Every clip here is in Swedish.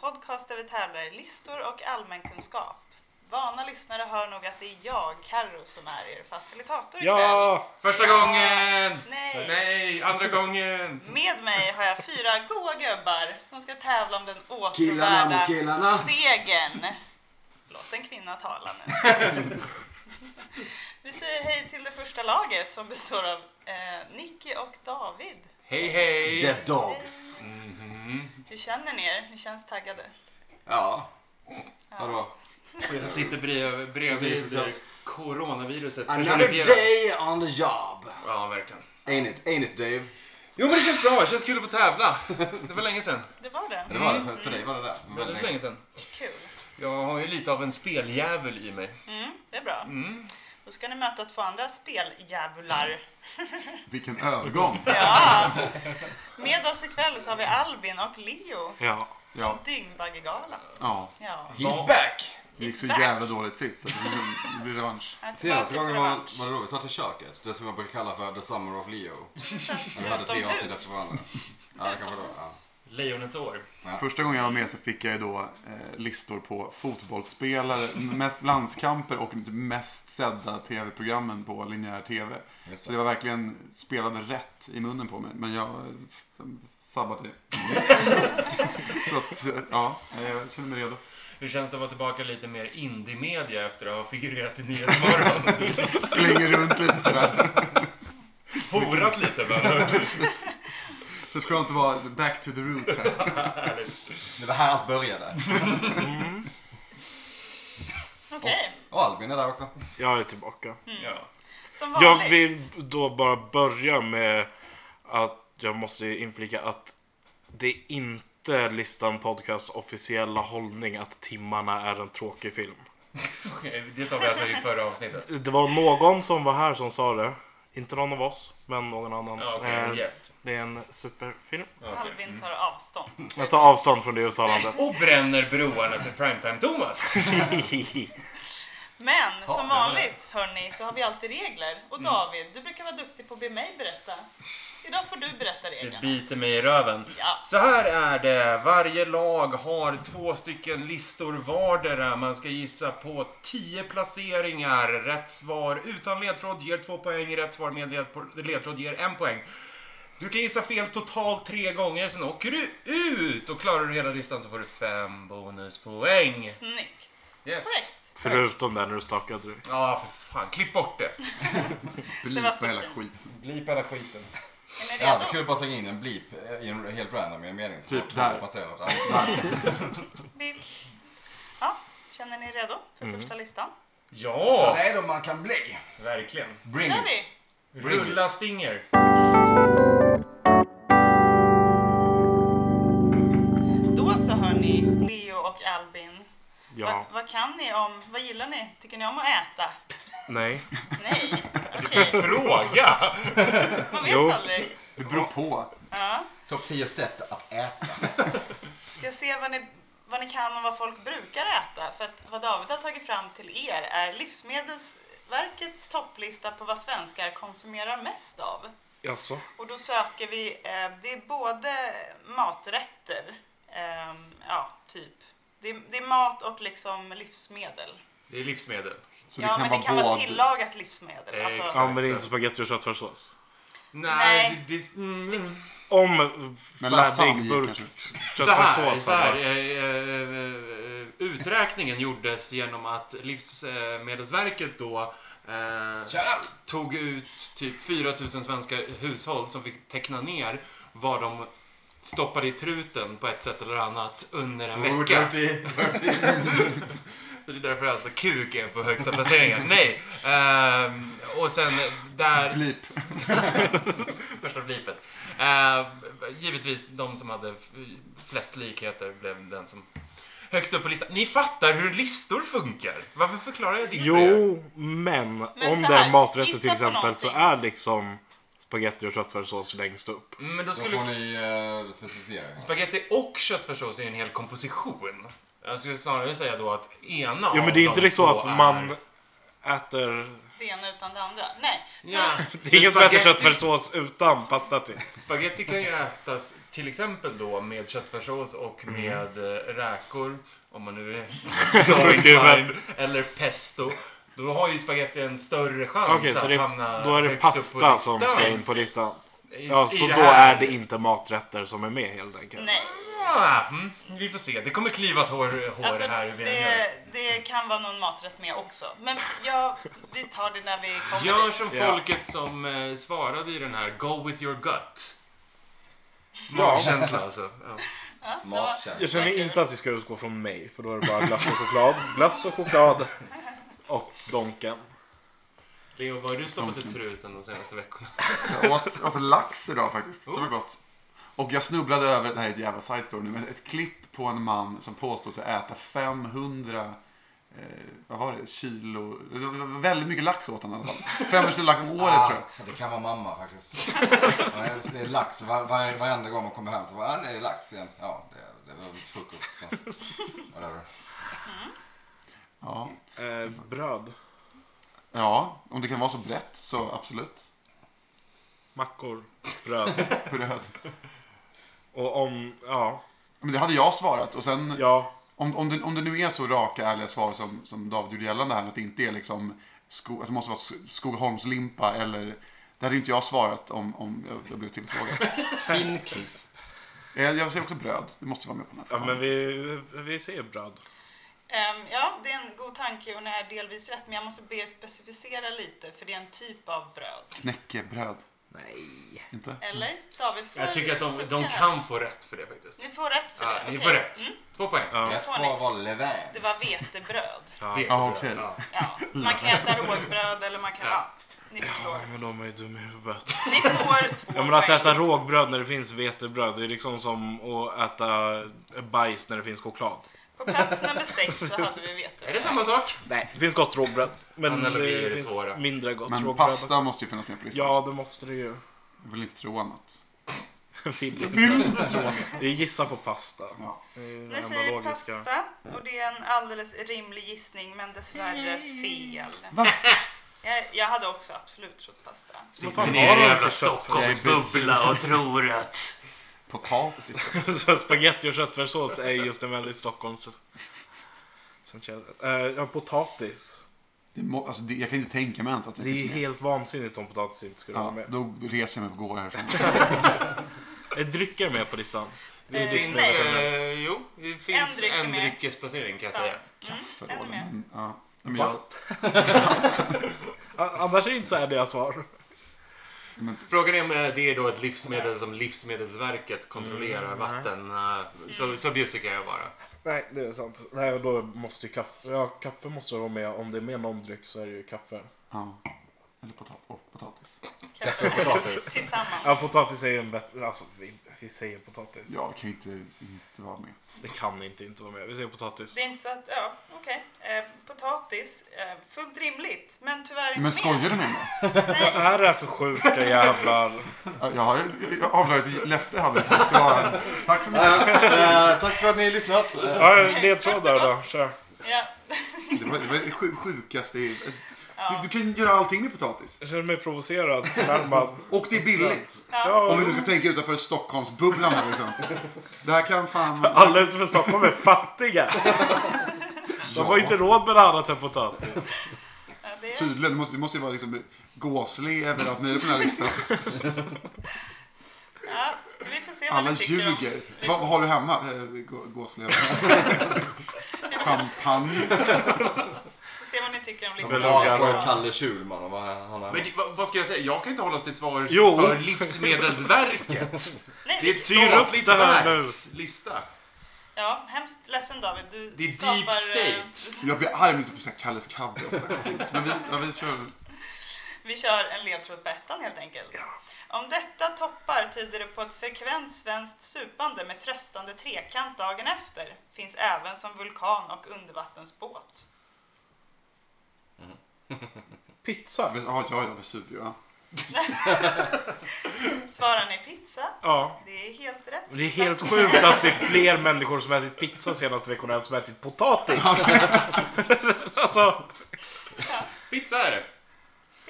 podcast där vi tävlar i listor och allmänkunskap. Vana lyssnare hör nog att det är jag, Carro, som är er facilitator ikväll. Ja! Första gången! Nej. Nej, andra gången! Med mig har jag fyra goa gubbar som ska tävla om den Killarna åtråvärda mot killarna. segern. Låt en kvinna tala nu. Vi säger hej till det första laget som består av eh, Nicky och David. Hej hej! The Dogs. Hur känner ni er? Ni känns taggade. Ja. Vadå? Jag sitter brev, bredvid Precis, eh, coronaviruset Another day on the job. Ja, verkligen. Ain't it, ain't it Dave? Jo men det känns bra, det känns kul att få tävla. Det var länge sedan. Det var det. Det var det, för dig var det där. Väldigt länge sedan. Kul. Jag har ju lite av en speljävel i mig. Mm, det är bra. Då ska ni möta två andra speldjävular. Vilken övergång. Ja. Med oss ikväll så har vi Albin och Leo. Ja. Ja, Dyngbaggegalan. ja. Ja. He's back! Det gick så He's back. jävla dåligt sist så det blir- det blir revansch. Att Senaste bara gången till var, revansch. var det då vi satt i köket. Det som jag brukar kalla för The Summer of Leo. Vi satt Vi hade tre utomhus. avsnitt efter varandra. Ja, det kanske var då. Ja. Lejonets år. Första gången jag var med så fick jag ju då eh, listor på fotbollsspelare, mest landskamper och typ mest sedda tv-programmen på linjär tv. Just Så det. det var verkligen spelade rätt i munnen på mig, men jag eh, f- sabbade det. så att, eh, ja, jag känner mig redo. Hur känns det att vara tillbaka lite mer indie-media efter att ha figurerat i Nyhetsmorgon? Slänger runt lite sådär. Horat lite bland Precis. Det ska inte vara back to the roots här. Härligt. Det var här allt började. Okej, Och Albin är där också. Jag är tillbaka. Ja. som Jag vanligt. vill då bara börja med att jag måste inflika att det är inte Listan Podcasts officiella hållning att Timmarna är en tråkig film. Okej, Det sa vi alltså i förra avsnittet. Det var någon som var här som sa det. Inte någon av oss, men någon annan. Ja, okej, en Eh, gäst. Det är en superfilm. Okej. Albin tar avstånd. Jag tar avstånd från det uttalandet. Och bränner broarna till Primetime-Thomas. Men som det var vanligt, hörni, så har vi alltid regler. Och David, du brukar vara duktig på att be mig berätta. Idag får du berätta Det reglerna. biter mig i röven. Ja. Så här är det. Varje lag har två stycken listor vardera. Man ska gissa på 10 placeringar. Rätt svar utan ledtråd ger två poäng. Rätt svar med led- ledtråd ger en poäng. Du kan gissa fel totalt tre gånger, sen åker du ut. Och klarar du hela listan så får du fem bonuspoäng. Snyggt. Yes. Korrekt. Typ Förutom där när du stakade dig. Ja, för fan. Klipp bort det. Blipa så hela fint. skiten. Glip hela skiten. Är ni Det hade varit redo? kul att bara slänga in en bleep eh, i en helt random i en mening. så Typ fort där. någon passerar något annat. Vill- Ja, känner ni er redo för första listan? Så Ja, redo man kan bli. verkligen. Bring kör it. vi! Bring it. Rulla stinger. Då så hörni, Leo och Albin. Ja. Va, vad kan ni om, vad gillar ni? Tycker ni om att äta? Nej. Nej, okej. Fråga! Man vet Jo. aldrig. Det beror på. Ja. Topp 10 sätt att äta. Ska se vad ni, vad ni kan om vad folk brukar äta. För att vad David har tagit fram till er är Livsmedelsverkets topplista på vad svenskar konsumerar mest av. Jaså? Och då söker vi, eh, det är både maträtter, ehm, ja typ. Det är, det är mat och liksom livsmedel. Det är livsmedel. Så ja, men det kan vara både. tillagat livsmedel. alltså- Exakt. Ja, men det är inte spagetti och köttfärssås. Nej. Det, det, mm, Om Men färdig lasagne burk kanske. så här, köttfärssås. så här eh, eh, eh, Uträkningen gjordes genom att Livsmedelsverket då eh, Shoutout! tog ut typ 4000 svenska hushåll som fick teckna ner vad de stoppade i truten på ett sätt eller annat under en vecka. Så det är därför alltså kuk är på högsta placeringen. Nej! ehm, och sen där... Blip. Första blipet. Eh, givetvis de som hade f- flest likheter blev den som högst upp på listan. Ni fattar hur listor funkar. Varför förklarar jag det för er? Jo, men, så om det här, är maträtter gissa till på exempel så någonting. är liksom spagetti och köttfärssås längst upp. Mm, Men då Då får skulle ni eh, specificera. spagetti och köttfärssås är en hel komposition. Jag skulle snarare säga då att ena Jo, men det av är inte de liksom två att är- man äter det ena utan det andra. Nej, Ja. Det är inget som Men heter spaghetti- köttfärssås utan pasta typ. Äh, till. Spaghetti kan ju ätas till exempel då med köttfärssås och Mm. med eh, räkor. Om man nu är så inclined. Eller pesto. Då har ju spaghetti en större chans Okej, så att det, hamna då är det högt upp på pasta som listan. ska in på listan. I- Ja, i så det då här. är det inte maträtter som är med helt enkelt. nej. Ah, mm, vi får se. Det kommer klivas hår, hår Alltså, här hur vi än gör. det, det kan vara någon maträtt med också. Men ja, vi tar det när vi kommer Gör dit. som Ja. folket som eh, svarade i den här Go with your gut. Ja. Magkänsla alltså. Ja. Ja, det var- Matkärlek. Jag känner inte att vi ska utgå från mig, för då är det bara glass och choklad. Glass och choklad och donken. Leo, vad har du stoppat i truten de senaste veckorna? Jag åt, åt lax idag faktiskt. Det var gott. Och jag snubblade över, det här är ett jävla side story nu, men ett klipp på en man som påstod sig äta 500 Eh, vad var det? Kilo? Det var väldigt mycket lax åt honom i alla fall. 500 kilo lax om året Ah, tror jag. Det kan vara mamma faktiskt. Ja, det är lax. Var, var, varenda gång man kommer hem så bara, ah, det är lax igen. Ja, det, det var frukost. Så. Whatever. Ja. Eh, bröd. ja, om det kan vara så brett så absolut. Mackor. Bröd. Bröd. Och om, ja. Men det hade jag svarat. Och sen, Ja. om, om, det, om det nu är så raka ärliga svar som, som David gjorde gällande här, att det inte är liksom sko, att det måste vara sk- Skogaholmslimpa eller... Det hade ju inte jag svarat om, om jag, jag blev tillfrågad. Finkrisp. Eh, Jag säger också bröd. Du måste vara med på den här ja frågan. men vi, vi säger bröd. Ehm, ja, det är en god tanke och ni är delvis rätt. Men jag måste be er specificera lite, för det är en typ av bröd. Knäckebröd. Nej. Inte? Eller? David får Jag tycker att de, sucka de här. kan få rätt för det faktiskt. Ni får rätt för Ja, det. ni okej. Mm. får rätt. Två poäng. Ja. Rätt svar var levain. Det var vetebröd. Vet Ja, du det? okej. Ja. Ja. Man kan äta rågbröd eller man kan... Ja, ni förstår. Ja, men de är ju dum i huvudet. Ni får två Ja men att poäng. äta rågbröd när det finns vetebröd, det är liksom som att äta bajs när det finns choklad. På plats nummer sex så hade vi Är vetebröd. det samma sak? Nej. Det finns gott rågbröd, men Analogier är det finns svåra. mindre gott Men rågbröd. pasta måste ju liksom finnas med på listan. Ja, det måste det ju. Jag vill inte tro annat. Vill inte. Vill inte tro annat. Vi gissar på pasta. Ja. Det är ju det Ni enda säger logiska. pasta och det är en alldeles rimlig gissning men dessvärre fel. Va? Jag, jag hade också absolut trott pasta. Sitter fan ni i har en de jävla till köttfärs? Stockholmsbubbla och tror att... Potatis. Så Spaghetti och köttfärssås är just en väldigt Stockholms... centrerad- Eh, Ja, potatis. Det må, alltså, det, jag kan inte tänka mig ens att det, Det är finns med. helt vansinnigt om potatis inte skulle vara Ja, med. då reser jag mig och går härifrån. Är drycker med på listan? Det finns... Eh, jo, det finns dryck är en med. dryckesplacering kan jag säga. Sant. Kaffe Mm, då. jag är med. Men, ja. Nej, men jag, A- Annars är det inte så här deras svar. Frågan är om eh, det är då ett livsmedel som Livsmedelsverket kontrollerar Mm. vatten. Mm. eh, Så, så bjussig kan jag vara. Nej, det är sant. Nej, och då måste ju kaffe... Ja, kaffe måste vara med. Om det är med någon dryck så är det ju kaffe. ja. Eller potat och potatis. Kanske Potatis. tillsammans. Ja, potatis är ju en bättre... Alltså, vi, vi säger potatis. Jag kan ju inte, inte vara med. Det kan inte inte vara med. Vi säger potatis. Det är inte så att, ja okej. Eh, potatis, eh, fullt rimligt men tyvärr inte Men skojar du med mig? Vad är det här för sjuka jävlar? Ja, Jag har ju- jag har avslöjat ett löfte jag hade. Så, eh, tack för mig. tack för att ni har lyssnat. Eh, Ja, ledtrådar då. Kör. med. Ja. Det var det var det sju- sjukaste. i- Du, du kan ju göra allting med potatis. Jag känner mig provocerad, förnärmad. Och det är billigt. Om Ja, vi nu ska tänka utanför Stockholmsbubblan här liksom. Det här kan fan... alla utanför Stockholm är fattiga. De har ju inte råd med det annat än potatis. Ja, det är, Tydligen, det måste, det måste ju vara liksom gåslever och allt möjligt på den här listan. ja, vi får se vad Alla ni tycker om. ljuger. Vad, vad har du hemma? Eh, gå- Gåslever. Champagne. Vi får se vad ni tycker om Men listan. långa Vad rad. vad Eh, Kalle Schulman och vad han har. Men det, vad, vad ska jag säga? Jag kan inte hållas till svar Jo. för Livsmedelsverket. Nej, Det är ett vi- Styr upp statligt det här verks lista. Ja, hemskt ledsen David. Du Det är deep skapar, eh, state. Jag blir arg om det är typ så här Kalles kaffe och sådär skit. Men vi, ja, vi kör. Vi kör en ledtråd på ettan helt enkelt. Om detta toppar tyder det på ett frekvent svenskt supande med tröstande trekant dagen efter. Finns även som vulkan och undervattensbåt. Pizza? Ja, ja, ja, Vesuvio. Ja. Svarar ni pizza? Ja. Det är helt rätt. Det är helt sjukt att det är fler människor som ätit pizza senaste veckorna än som ätit potatis. alltså, Pizza är det.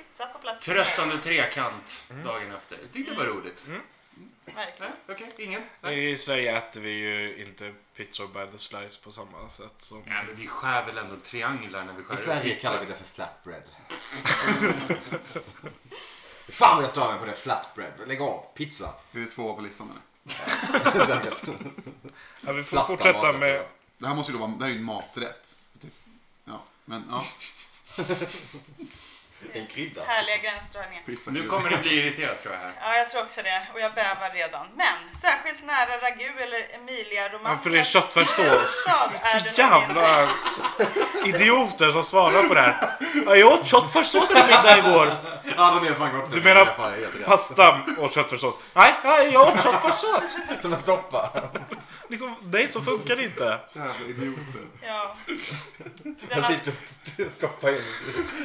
pizza på plats Tröstande trekant dagen efter. Det tyckte jag var roligt. Verkligen. Nej, Okej, ingen? Mm. Nej. I Sverige äter vi ju inte pizza by the slice på samma sätt som... Nej, men vi skär väl ändå trianglar när vi skär I upp Sverige pizza. kallar vi det för flatbread. Fan vad jag stör mig på det. Flatbread. Lägg av. Pizza. Det är två på listan eller? Säkert. Ja, vi får Platta alltså. fortsätta maten, med... tror Det här måste ju då vara, det här är ju en maträtt. Typ. Ja, men ja. jag. En krydda. Härliga gränsdragningar. Pizza. Nu kommer det bli irriterat tror jag här. Ja, jag tror också det. Och jag bävar redan. Men särskilt nära ragu eller Emilia Ja, Romagnolias för det är köttfärssås. stad är det nog inte. Jävla idioter som svarar på det här. Ja, jag åt köttfärssås till middag igår. Ja, de är fan gott. Du menar Det är fan helt rätt. Pasta och köttfärssås. Nej, nej, jag åt köttfärssås. Som en soppa. Liksom, nej, så funkar det inte. Jävla idioter. Ja. Den Jag Alltså, har, sitter och stoppar in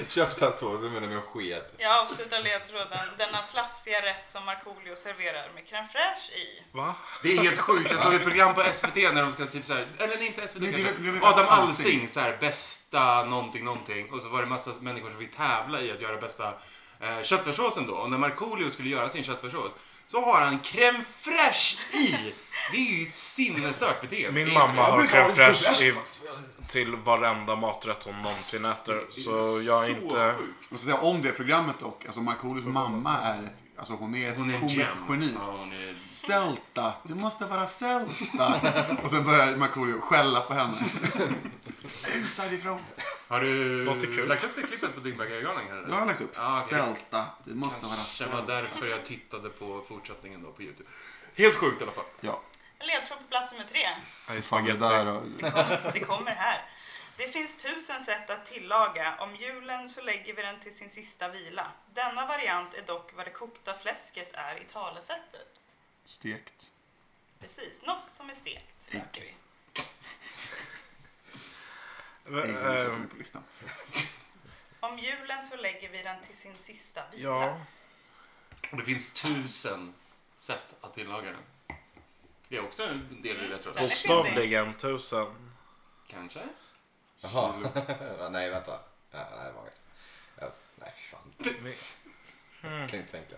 köttfärssås i munnen med en sked. jag avslutar ledtråden. Denna slafsiga rätt som Markoolio serverar med crème fraîche i. Va? Det är helt sjukt. Jag såg ett program på SVT när de ska typ så här, eller inte SVT Nej, det är kanske. väl- det är väl Adam Alsing. Alsing, så här, bästa någonting, någonting. Och så var det massa människor som fick tävla i att göra bästa eh, köttfärssåsen då. Och när Markoolio skulle göra sin köttfärssås så har han crème fraîche i. Det är ju ett sinnesstört beteende. Min Det är inte mamma bra. har crème fraîche i- faktiskt. till varenda maträtt hon någonsin äter. Det är Så jag är så inte... sjukt. Jag ska säga om det programmet dock. Alltså Markoolios mamma är ett, alltså hon är ett Hon är en komiskt gem. geni. Ja, hon är... Sälta, du måste vara sälta. Och sen börjar Markoolio skälla på henne. Ut härifrån. Har du Låter kul. lagt upp det klippet på Dyngbaggegalan? här, eller? Det har jag lagt upp. Ja, okej. Sälta, du måste vara Kanske var sälta. därför jag tittade på fortsättningen då på Youtube. Helt sjukt i alla fall. Ja, Ledtråd på plats nummer tre. Nej, fan det där och... Det kommer här. Det finns tusen sätt att tillaga. Om julen så lägger vi den till sin sista vila. Denna variant är dock vad det kokta fläsket är i talesättet. Stekt. Precis, något som är stekt söker vi. Eh, Ägg har vi satt upp på listan. Om julen så lägger vi den till sin sista vila. Ja. Och det finns tusen sätt att tillaga den. Det är också en del i rätt Bokstavligen tusen. Kanske? Jaha. nej, vänta. Ja, nej, det var inget. Ja, nej, fy fan. Kan inte tänka.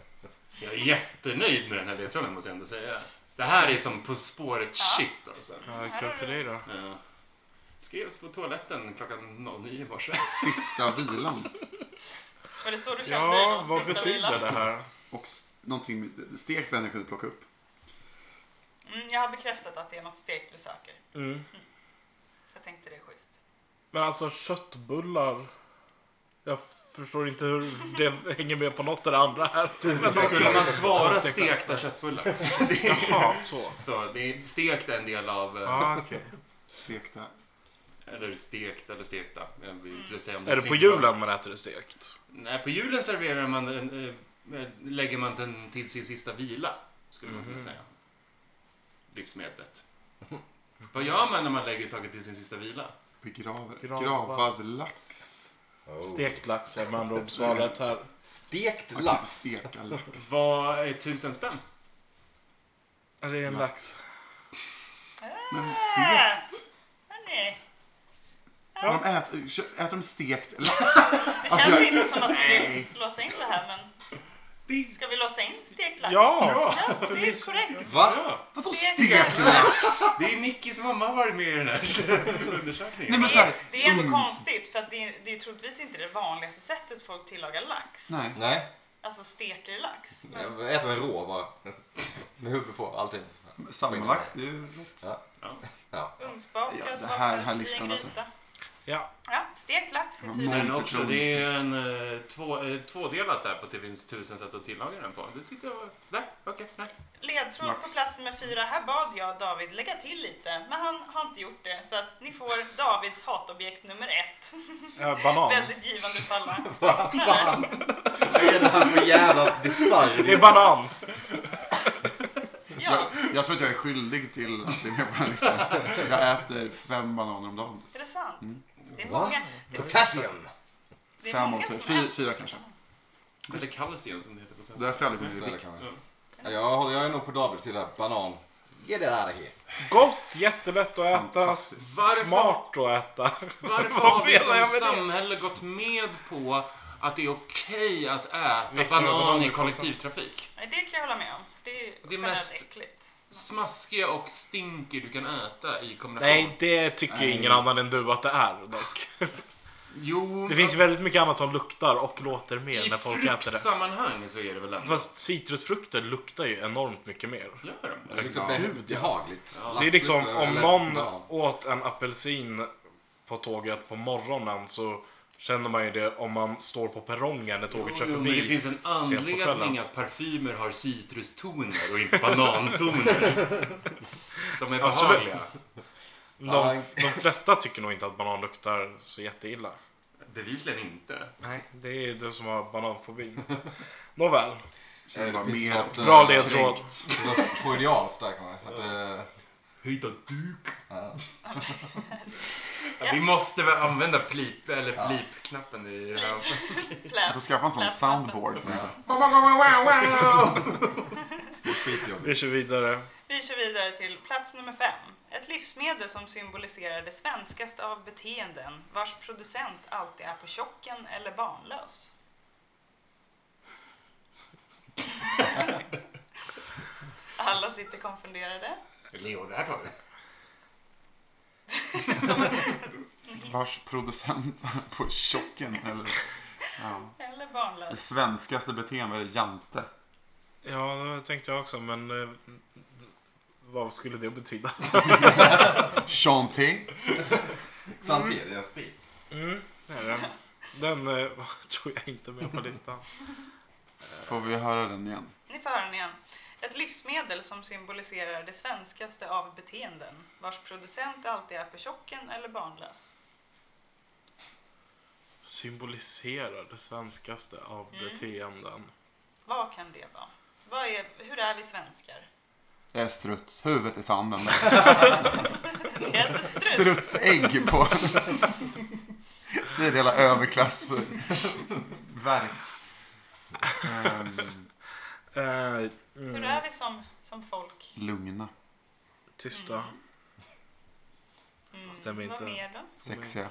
Jag är jättenöjd med den här ledtråden måste jag ändå säga. Det här är som På spåret Ja. shit alltså. Ja, kul för dig då. Ja. Skrevs på toaletten klockan 09 i morse. Sista vilan. Var det så du kände Ja, dig då? vad Sista betyder vilan? det här? Och s- någonting med- stekt vänner kunde plocka upp. Mm, jag har bekräftat att det är något stekt vi söker. Mm. Jag tänkte det är schysst. Men alltså köttbullar. Jag förstår inte hur det hänger med på något av det andra här. Skulle man svara stekta köttbullar? Jaha, så. Så det är stekt är en del av... eh, Ah, okej. Stekta. Eller stekt eller stekta. Jag vill inte säga om Är det på simpelt. julen man äter det stekt? Nej, på julen serverar man den, eh, lägger man den till sin sista vila, skulle man Mm. kunna säga. Livsmedlet. Vad gör man när man lägger saker till sin sista vila? Begrav... Gravad. Gravad lax. Oh. Stekt lax är med andra ord svaret här. Stekt Man kan inte lax. steka lax. Vad är tusen spänn? Är det en lax? Men stekt? Hörrni, Har de ät, kö- äter de stekt lax? det Alltså, känns jag- inte som att vi vill låsa in det här men... Ska vi låsa in stekt lax? Ja! Ja, det är korrekt. Va? Ja, Vadå Stekt stekt lax? det är Nickis mamma har varit med i den här undersökningen. Nej men Det är, såhär, det är ändå uns. konstigt för att det, är, det är troligtvis inte det vanligaste sättet folk tillagar lax. Nej. Nej, Alltså steker lax. Men jag äter den rå bara. Med huvudet på, allting. Samma lax, det är ju rätt. Ja. Ja. ugnsbakad, Ja, det vad här- ska det här bli, listan en alltså. gryta. Ja. Ja, stekt lax är Ja, Men tydligen... många- också, det är en eh, två, eh, tvådelat där på att det finns tusen sätt att tillaga den på. Det tyckte jag var... Nej, okej, nej. Ledtråd på Lax. plats nummer fyra. Här bad jag David lägga till lite, men han har inte gjort det. Så att ni får Davids hatobjekt nummer ett. Äh, banan. Väldigt givande för alla lyssnare. Vad är det här för jävla bisarr Det är banan. Ja, Jag tror att jag är skyldig till att det är med på den här listan. Jag äter fem bananer om dagen. är det sant? Det är Va? många, det, Potassium! det är Mm. Fem många och tre. som Fy, äter- fyra kanske. Eller kalcium som det heter på svenska. Därför har jag aldrig Så blivit är det vikt. kanske. Så, Ja, Jag, håller, jag är nog på Davids sida. Banan. Get it out of here. Gott, jättelätt att äta. Fantastiskt. Smart att äta. Varför Vad har vi menar jag som med det? samhälle gått med på att det är okej att äta Vifta med banan bananer i i kollektivtrafik. Nej, det kan jag hålla med om. för Det är ju Det är generellt mest- äckligt. Smaskiga och stinky du kan äta i kombination. Nej, det tycker ju Nej. ingen annan än du att det är dock. Jo, Det finns ju väldigt mycket annat som luktar och låter mer i när folk äter det. fruktsammanhang så är det väl ändå. Fast citrusfrukter luktar ju enormt mycket mer. Gör de? Det Ja. luktar be- behagligt. Det är liksom Laxigt, om eller- någon ja. åt en apelsin på tåget på morgonen så känner man ju det om man står på perrongen när tåget kör Jo, men det förbi. finns en på anledning kvällen. att parfymer har citrustoner och inte banantoner. De är Absolut. behagliga. De, de flesta tycker nog inte att banan luktar så jätteilla. Bevisligen inte. Nej, det är du som har bananfobi. Nåväl. Känner bara Det finns mer något, eh, Bra ledtråd. kränkt. Så Freudianskt där kan man. Att, eh, Hitta duk. ja. Ja, vi måste väl använda plip, eller blip-knappen i det här avsnittet. Jag får skaffa en sån Plats. soundboard som är så Skitjobbigt. Vi kör vidare. Vi kör vidare till plats nummer fem. Ett livsmedel som symboliserar det svenskaste av beteenden vars producent alltid är på tjocken eller barnlös. Alla sitter konfunderade. Leo, det här tar du. vars producent på tjocken eller... Ja. Eller Det barnlös. svenskaste beteendet är jante. Ja, det tänkte jag också, men eh, vad skulle det betyda? Chanté. Santeria sprit. Mm, det är den. Den eh, tror jag inte är med på listan. Får vi höra den igen? Ni får höra den igen. Ett livsmedel som symboliserar det svenskaste av beteenden vars producent alltid är på tjocken eller barnlös. Symboliserar det svenskaste av Mm. beteenden. Vad kan det vara? Vad är, hur är vi svenskar? Det är struts. Huvudet i sanden. Det är inte strut. Strutsägg på... Säger hela överklass... Verk. Ehm, Eh, Hur mm, är vi som, som folk? lugna. tysta. Mm. Stämmer Vad inte. mer då? Mm, Sexiga.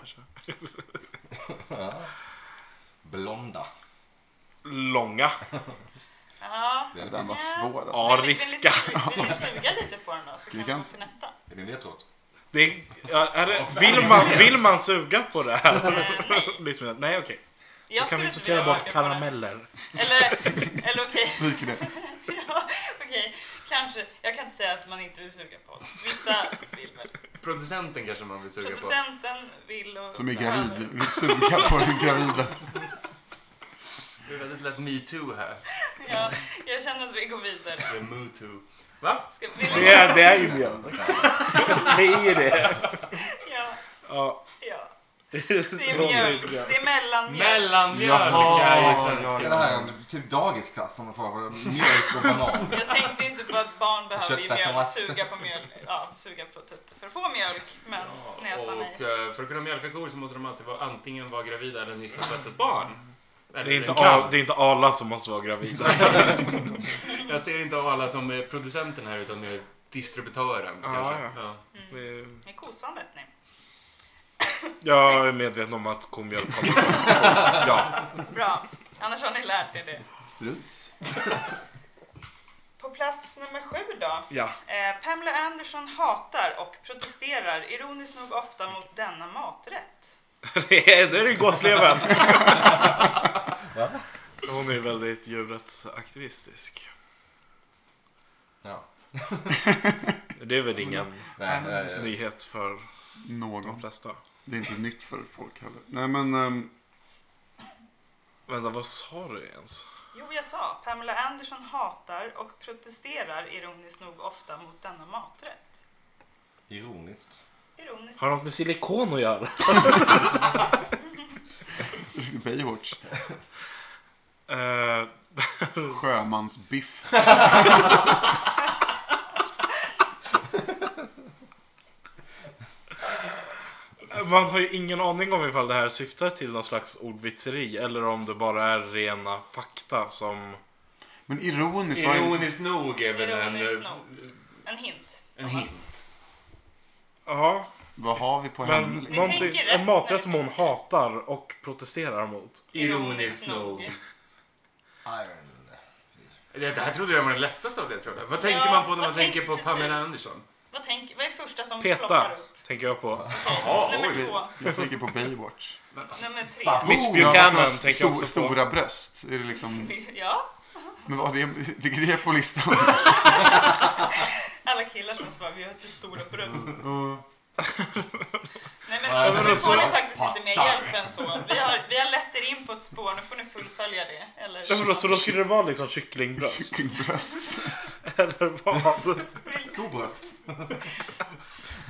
Blonda. Långa. Ja. Det är Den var din- svår alltså. Ariska. Vill ni, vill ni suga lite på den då så Vi kan vi kan gå s- till nästa? Eh, det är din ledtråd. Det är, ja, är det, vill, man, vill man suga på det här? Eh, nej. Livsmedlet? Nej, okej. Då Jag kan skulle vi inte sortera vilja bort suga på den. karameller. Eller, eller okej. Stryker det. Ja, okej. Kanske. Jag kan inte säga att man inte vill suga på den. Vissa vill väl. Producenten kanske man vill suga på. Producenten vill och Som är behöver. gravid. Vill suga på den gravida. Det är väldigt lätt metoo här. Ja, jag känner att vi går vidare. Det är mootoo. Va? Ska, vill ni? Det är, det är ju mjölk. Det är ju det. Ja, Ja. ja. Det Det är mjölk. Det är mellanmjölk. Mellanmjölk Jaha, är ju ja, Ska svenska. det här är en typ dagisklass som man svarar på? Mjölk och banan. Jag tänkte inte på att barn behöver ju Köttfärs och mjölk, vass. suga på mjölk, ja, suga på tutte för att få mjölk. Men när jag sa nej. Och eh, för att kunna mjölka kor så måste de alltid vara antingen vara gravida eller nyss ha fött ett barn. Eller Det är, inte en kalv. alla, det är inte alla som måste vara gravida. Jag ser inte alla som är producenten här utan mer distributören. Ja, kanske. ja. Ja. Det- Det är kosan vet ni. Jag är medveten om att komjölk kommer från Ja. Bra, annars har ni lärt er det. Struts. På plats nummer sju då. ja. Eh, Pamela Anderson hatar och protesterar ironiskt nog ofta mot denna maträtt. Det är, det är ju gåsleven. Hon är väldigt djurrättsaktivistisk. Ja. Det är väl ingen Nej, nej, nej. nyhet för de Någon. flesta. Det är inte nytt för folk heller. Nej men... ehm, Vänta, vad sa du ens? Jo, jag sa Pamela Anderson hatar och protesterar ironiskt nog ofta mot denna maträtt. Ironiskt. Ironiskt. Har det något med silikon att göra? Baywatch. Eh, Sjömansbiff. man har ju ingen aning om ifall det här syftar till någon slags ordvitseri eller om det bara är rena fakta som... Men ironiskt. var det inte- Ironiskt nog är väl en, Ironiskt eh, nog. En hint. en hint. Ja, Vad har vi på Men henne? Liksom? någonting, tänker rätt en maträtt när som vi hon hatar och protesterar mot. Ironiskt nog. Iron. Det, det här trodde jag var den lättaste av det, tror jag. Vad tänker Ja, man på när vad man tänker tänk- på Pamela precis. Anderson? Vad, tänk, vad är första som Peta, ploppar upp? tänker jag på. Jaha, Nummer oj. två, Jag tänker på Baywatch. nummer tre. Mitch Oh, Buchanan ja, att hon har tänker jag också på. Stora bröst. Är det liksom, Ja, men vad är det, ligger det på listan? alla killar som måste vara, vi har ett stora bröst. Och- Nej Nej, men men nu alltså, får ni faktiskt inte mer fattar. hjälp än så. Vi har, vi har lett er in på ett spår, nu får ni fullfölja det. Eller Ja, men då- Så då skulle det vara liksom kycklingbröst? Kycklingbröst. Eller vad? Kobröst.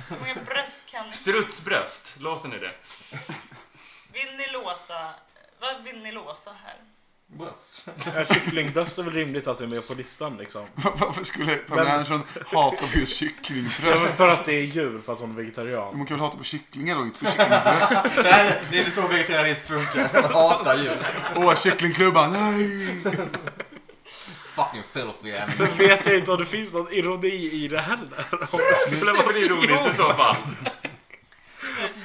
hur många bröst kan... Strutsbröst, låser ni det? Vill ni låsa? Vad vill ni låsa här? Bröst. Ja, Kycklingbröst är väl rimligt att det är med på listan liksom? Varför skulle Pamela Men- Anderson hata på just Ja, men kycklingbröst? Alltså, för att det är djur, för att hon är vegetarian. Man kan väl hata på kycklingar och inte på kycklingbröst? Det här- det är så vegetarianism funkar. Man hatar djur. Åh, kycklingklubban, nej! Fucking filthy animal. Sen vet jag inte om det finns någon ironi i det heller. Om det Det skulle är väl ironiskt i Jo, så fall?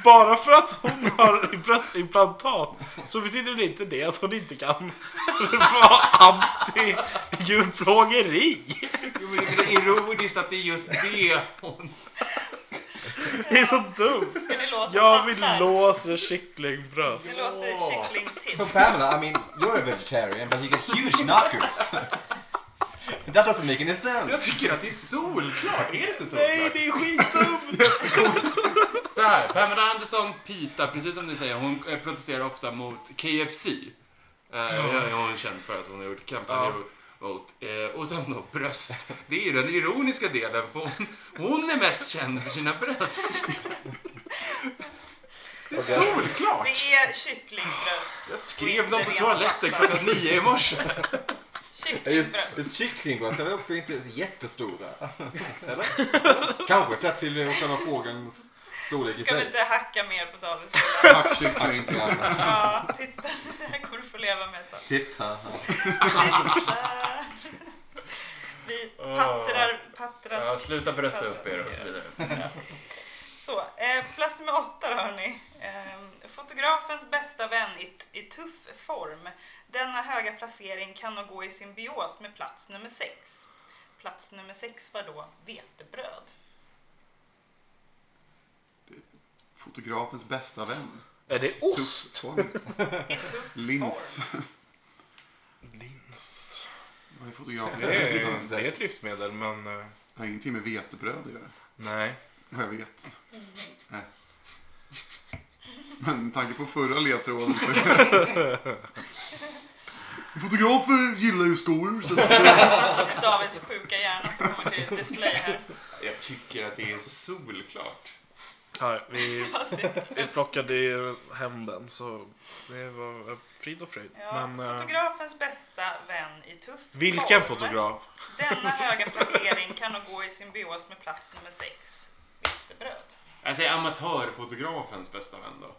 Bara för att hon har bröstimplantat så betyder det inte det att hon inte kan vara anti-djurplågeri. Jo, men det är ironiskt att det är just det hon... Det är så dumt. Ska ni låsa Jag vill pattar? låsa kycklingbröst. Vi låser kycklingtips. So Pamela, I mean, you're a vegetarian but you get huge knockers. That doesn't make any sense. Jag tycker att det är solklart, är det inte solklart? Nej, det är skitdumt! Så här, Pamela Anderson Pita, precis som du säger, hon eh, protesterar ofta mot KFC. Eh, ja, hon är känd för att hon har gjort kampanjer mot. Eh, och sen då bröst. Det är ju den ironiska delen. För hon, hon är mest känd för sina bröst. Det är solklart! Det är kycklingbröst. Jag skrev dem på toaletten klockan nio i morse. Just, Kycklingbröst. just kycklingbröst är väl också inte jättestora? Eller? Kanske sett till eh, själva fågelns storlek i Ska vi sig. inte hacka mer på talet? Tack kyckling. Ja, titta. Det här kommer du få leva med ett tag. Titta. Titta. Vi pattrar, pattras. Ja, sluta brösta upp er och så vidare. Så, eh, plats nummer åtta då hörni. Eh, fotografens bästa vän i, t- i tuff form. Denna höga placering kan nog gå i symbios med plats nummer sex. Plats nummer sex var då vetebröd. Fotografens bästa vän. Är det Tuff ost? form. I tuff Lins. form. Lins. Vad är fotografens Det bästa är, vän? det är ett livsmedel, men... eh, Det har ingenting med vetebröd att göra. Nej. Vad jag vet. Nej. Men med tanke på förra ledtråden så... Fotografer gillar ju skor. Så att, Davids sjuka hjärna som kommer till display här. Jag tycker att det är solklart. Här, vi, vi plockade ju hem den, så det var eh, frid och fröjd. Ja, Men, eh, fotografens bästa vän i tuff vilken form. fotograf? Denna höga placering kan nog gå i symbios med plats nummer sex. Vetebröd. Jag säger amatörfotografens bästa vän då.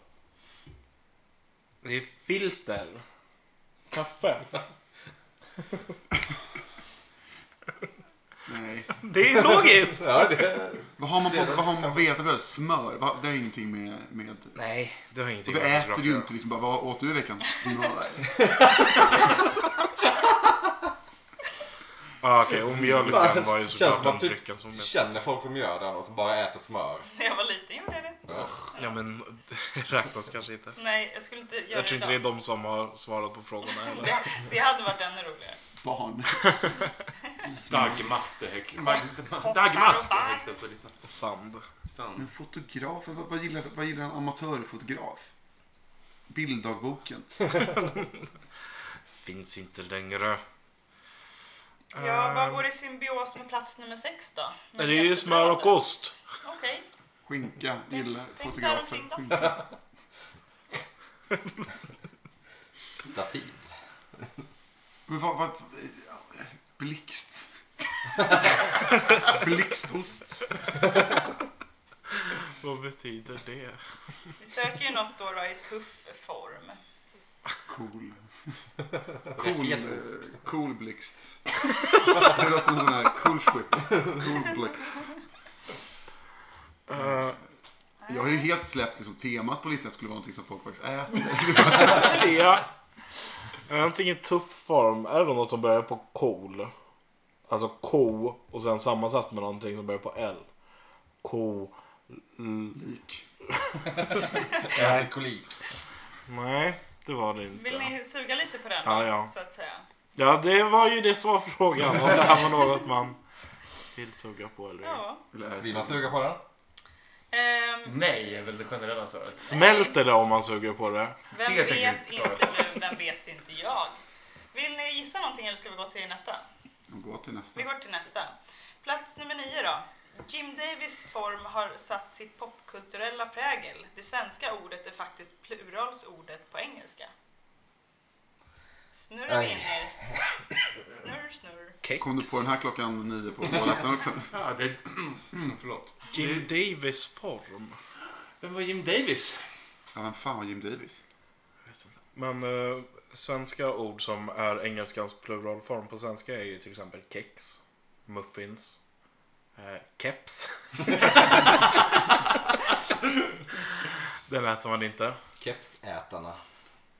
Det är filter. Kaffe. nej. Det är logiskt. Ja, det... Vad har man på, vad har man på vetebröd? Smör? Vad, det har ingenting med... med... Nej, det har Och ingenting det med fotograf äter du ju att inte liksom bara, vad åt du i veckan? Smör. göra. Ah, Okej, och mjölken var ju Känns såklart som den att du drycken som blev... känner folk som gör det och som bara äter smör. När jag var liten gjorde jag det. Ja men, det räknas kanske inte. Nej, jag skulle inte göra Jag tror inte idag. det är de som har svarat på frågorna heller. Det, det hade varit ännu roligare. Barn. Dagmask är högst Mag- Dagmask är högst upp på listan. Sand. Men Sant. fotografer, vad, vad, gillar, vad gillar en amatörfotograf? Bilddagboken. Finns inte längre. Ja, vad går i symbios med plats nummer sex då? Ehm. Det är ju smör och ost. Okej. Skinka gillar tänk fotografer. däromkring då. Skinka. Stativ. Men vad, vad, blixt. Blixtost. Vad betyder det? Vi söker ju något då, då i tuff form. Cool. Cool, eh, Raketost. cool blixt. Det låter som en sån här cool ship. Cool blixt. Eh, Jag Jag har ju helt släppt liksom, temat på listan skulle vara någonting som folk faktiskt äter. Ja. Antingen tuff form, är det något som börjar på kol? Alltså ko och sen sammansatt med någonting som börjar på L. Ko... L- Lik. Alkoholik. Nej, det var det inte. Vill ni suga lite på den? Ja, ja. Så att säga. Ja, det var ju det som var frågan. Om det här var något man vill suga på eller inte. Ja. Eller är det Vill man så? suga på den? Ehm, Nej är väl det generella svaret. Smälter det om man suger på det? vem Det vet tänker jag inte inte svara nu, den vet inte jag. Vill ni gissa någonting eller ska vi gå till nästa? Gå till nästa. Vi går till nästa. Plats nummer nio då. Jim Davis form har satt sitt popkulturella prägel. Det svenska ordet är faktiskt pluralsordet på engelska. Snurra Aj. in er. Snurr, snurr. Kom du på den här klockan nio på toaletten också? Ja, det... Mm, förlåt. Jim Davis form? Vem var Jim Davis? Ja, vem fan var Jim Davis? Men eh, svenska ord som är engelskans pluralform på svenska är ju till exempel kex, muffins, eh, keps. Den äter man inte. Kepsätarna.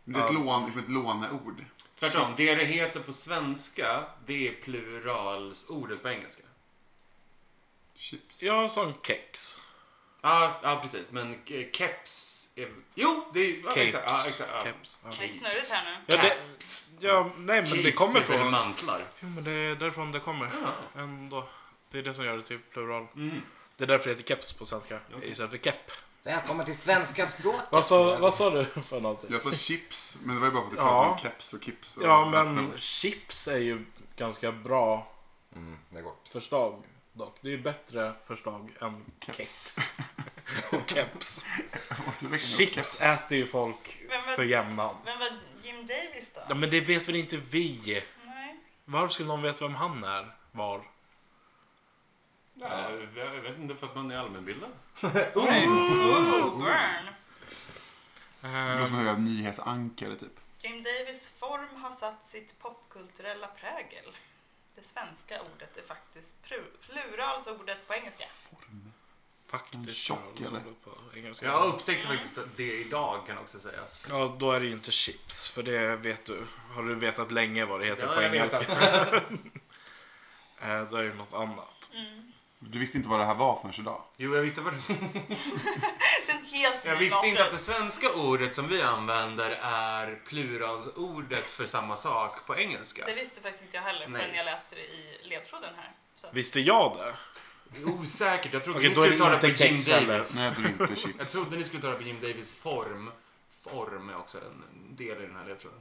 Det är ett, lån, liksom ett låneord. Tvärtom, det det heter på svenska, det är pluralsordet på engelska. Chips. Jag har sån kex. Ja, ja precis. Men eh, keps är... Jo, det är... Ja, Capes. exakt. Ja, exakt ja. Caps. Ja. Det är snurrigt här nu. Ja, det, Caps. ja, nej men det Capes kommer är väl från... mantlar. Jo men det är därifrån det kommer. Ja. Ändå. Det är det som gör det till plural. Mm. Det är därför det heter keps på svenska istället för kepp. Välkommen till svenska språket. Vad sa, vad sa du för någonting? Jag sa chips, men det var ju bara för att det Ja. pratade om keps och kips. Och Ja men chips är ju ganska bra Mm, det är gott. förslag dock. Det är ju bättre förslag än kex. och keps. Chips äter ju folk Men vad- för jämnan. Vem var Jim Davis Ja, då? men det vet väl inte vi? Nej. Varför skulle någon veta vem han är? Var? Ja, Eh, jag vet inte, för att man är allmänbildad. Ooh, burn. Det låter som Ehm, en jävla nyhetsankare typ. Jim Davis form har satt sitt popkulturella prägel. Det svenska ordet är faktiskt pru- pluralsordet på engelska. faktiskt. Tjock, jag eller? håller på engelska. Jag upptäckte faktiskt att det idag kan också sägas. Ja, då är det ju inte chips, för det vet du. Har du vetat länge vad det heter på Ja, jag vet engelska? att... Eh, Då är det något annat. Du visste inte vad det här var förrän idag. Jo, jag visste, vad det... Den helt jag ny visste inte att maträtt. det svenska ordet som vi använder är pluralsordet för samma sak på engelska. Det visste faktiskt inte jag heller Nej. förrän jag läste det i ledtråden här. Så. att- Visste jag det? Det är Osäkert. Jag trodde Okej, ni då är skulle ta det det på inte Jim kex heller. Davis. Nej, du inte Jag chips. trodde ni skulle ta det på Jim Davis form. Form är också en del i den här ledtråden.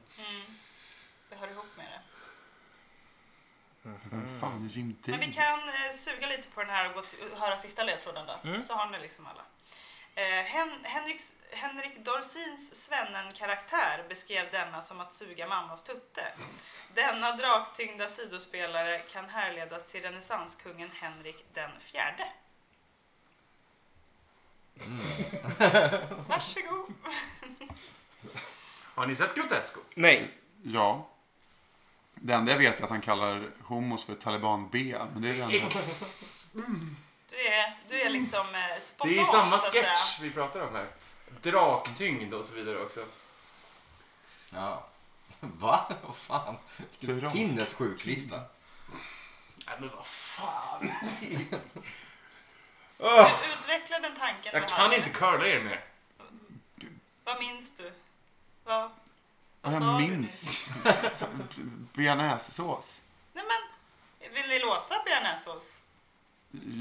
Det hör ihop med det. Vem fan är Jim Davis? Men vi kan eh, suga lite på den här och gå till, höra sista ledtråden då. Mm. Så har ni liksom alla. Eh, Hen- Henriks, Henrik Dorsins svennen-karaktär beskrev denna som att suga mammas tutte. Denna draktyngda sidospelare kan härledas till renässanskungen Henrik den fjärde. Mm. Varsågod. Har ni sett Grotesco? Nej. Ja. Det enda jag vet är att han kallar homos för taliban B. Men det är det enda. Ex- Du är, du är liksom eh, spot Det är on, samma så att säga. sketch vi pratar om här. Draktyngd och så vidare också. Ja. Va? Vad fan? Vilken Drak. sinnessjuk lista. Nej men vad fan. Utveckla den tanken du Jag kan hade. inte curla er mer. Vad minns du? Vad, vad sa Jag du? minns. Bearnaisesås. Nej men, vill ni låsa bearnaisesås?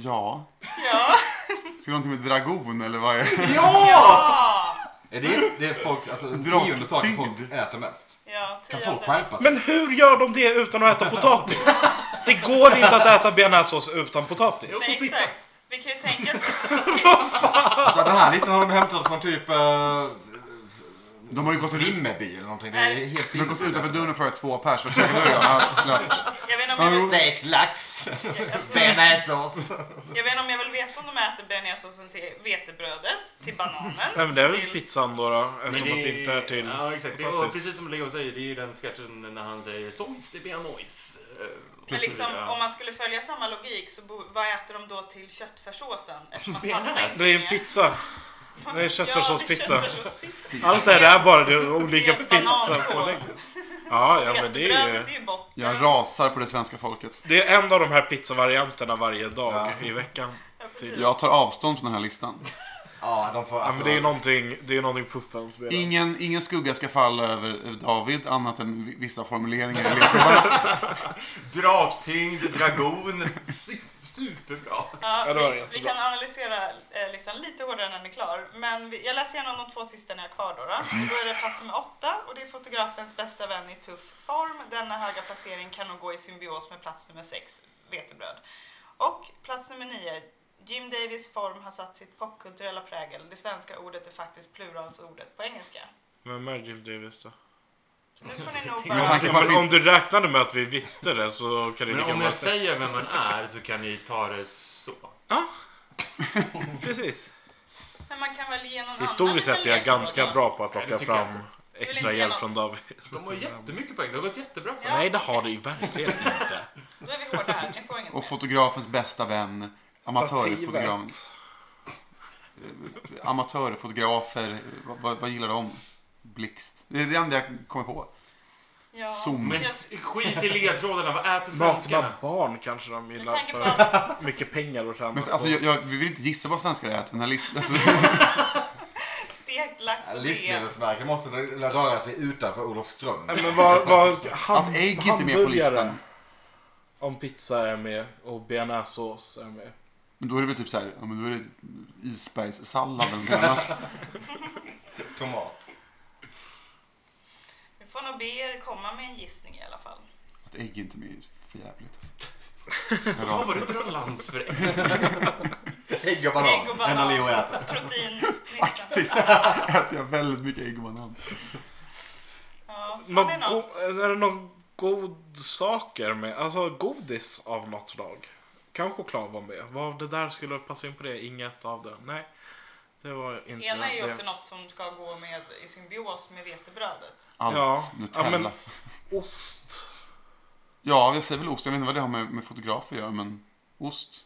Ja. Ja! Ska det någonting med dragon eller vad är det? Ja! Är det, det är folk, alltså den Draktyngd. tionde saken folk äter mest. Ja, Kan tionde. folk skärpa sig? Men hur gör de det utan att äta potatis? Det går inte att äta bearnaisesås utan potatis. Nej, exakt. Vi kan ju tänka oss... Alltså den här listan har de hämtat från typ eh, De har ju gått, ut, Vimmerby eller någonting. Det är helt de har gått sinnessjukt. utanför dörren för två pers. Vad käkar du då? Ja, klart. Jag vet, inte om jag, vill, Stekt lax, bearnaisesås. jag vet inte om jag vill veta om de äter bearnaisesåsen till vetebrödet, till bananen, Nej men det är väl till- pizzan då, då eftersom att Men det inte är till Ja exakt. Det är, och potatis. precis som Leo säger, det är ju den sketchen när han säger Sois de bearnaise. Eh, och så Men liksom, vidare. om man skulle följa samma logik, så bo, vad äter de då till köttfärssåsen? Eftersom att Bearnaise. pasta inte Det är pizza. Det är köttfärssåspizza. Ja, det är köttfärssåspizza. Allt det här är bara det är olika Helt banan pizzapålägg. på. Ja, ja men det är ju... Vetebrödet är ju botten. Jag rasar på det svenska folket. Det är en av de här pizzavarianterna varje dag i veckan. Ja, precis. Jag tar avstånd från den här listan. Ja, de får Ja, alltså... men det är någonting, det är någonting fuffens med det. Ingen, ingen skugga ska falla över över David annat än vi- vissa formuleringar i ledtrådarna. Draktyngd, dragon. Su- Superbra. Ja, Ja, det var vi, vi jättebra. kan analysera eh, listan lite hårdare när den är klar. Men vi, jag läser igenom de två sista när jag är kvar då. Då, då är det pass med åtta och det är fotografens bästa vän i tuff form. Denna höga placering kan nog gå i symbios med plats nummer sex, vetebröd. Och plats nummer nio, Jim Davies form har satt sitt popkulturella prägel. Det svenska ordet är faktiskt pluralsordet på engelska. Vem är Jim Davis då? Nu får ni nog Med tanke bara... på att vi- Om, om du räknade med att vi visste det så kan det Men lika om bra... jag säger vem man är så kan ni ta det så. Precis. Men man kan väl ge någon annan Historiskt liten sett är jag ledtråd ganska då. bra på att Nej, det plocka tycker jag fram inte. vill extra inte ge hjälp något. från David. De har jättemycket poäng. Det har gått jättebra för Ja. dem. Nej, det har det ju verkligen inte. Då är vi hårda här, ni får inget Och mer. fotografens bästa vän. Amatörfotografen. Stativet. Amatörfotografer. Vad, vad, vad gillar de? Blixt. Det är det enda jag kommer på. Ja. Zoom. Men s- skit i ledtrådarna. Vad äter Nakna svenskarna? barn kanske de Med gillar tanke på för att mycket pengar och tjäna Men på. alltså, jag, jag vi vill inte gissa vad svenskar äter. Den här listan. Alltså, stekt lax Ja, och det Livsmedelsverket måste röra sig utanför Olofström. Nej, men vad, vad, att ägg inte är med på listan. Om pizza är med och bearnaisesås är med. Men då är det väl typ så här, ja, men då är det isbergssallad eller något annat. Tomat. Vi får nog be er komma med en gissning i alla fall. Att ägg inte är med är för jävligt. Fan vad du drar lans för ägg. Ägg och banan. Ägg och En av banan. Leo äter. Protein. Faktiskt äter jag väldigt mycket ägg och banan. Ja, Någon det är något. go- är det någon god saker med? Alltså godis av något slag. Kan choklad vara med? Vad av det där skulle passa in på det? Inget av det? Nej. Det var inte Ena är ju det. också något som ska gå med i symbios med vetebrödet. Allt. Ja. Nutella. Ja, men- Ost. Ja, jag säger väl ost. Jag vet inte vad det har med, med fotografer att göra, men ost.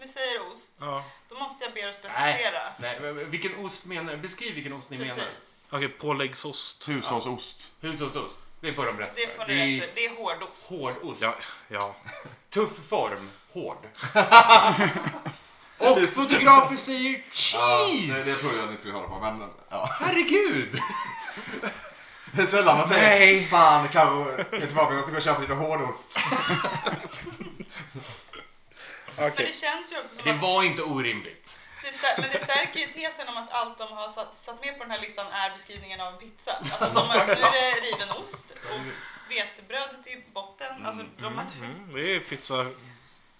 Ni säger ost. Ja. Då måste jag be er att specificera. Nej, men- men vilken ost menar du? Beskriv vilken ost ni menar. Precis. Okej, påläggsost. Hushållsost. Hushållsost. Det får de rätt Det för. får ni rätt för. Det är hårdost. Hårdost. Ja, ja. Tuff form. Hård. Och fotografer säger Ja, det, det cheese! tror jag ni skulle hålla på men ja. Herregud! Det är sällan man säger Nej. Fan Carro, vet du vad vi måste gå och köpa lite hårdost. Okej. Men det känns ju också som Det att... var inte orimligt. Det stär, men det stärker ju tesen om att allt de har satt, satt med på den här listan är beskrivningen av en pizza. Alltså de har, nu är det riven ost och vetebrödet i botten. Alltså de har typ... Mm, det är pizza.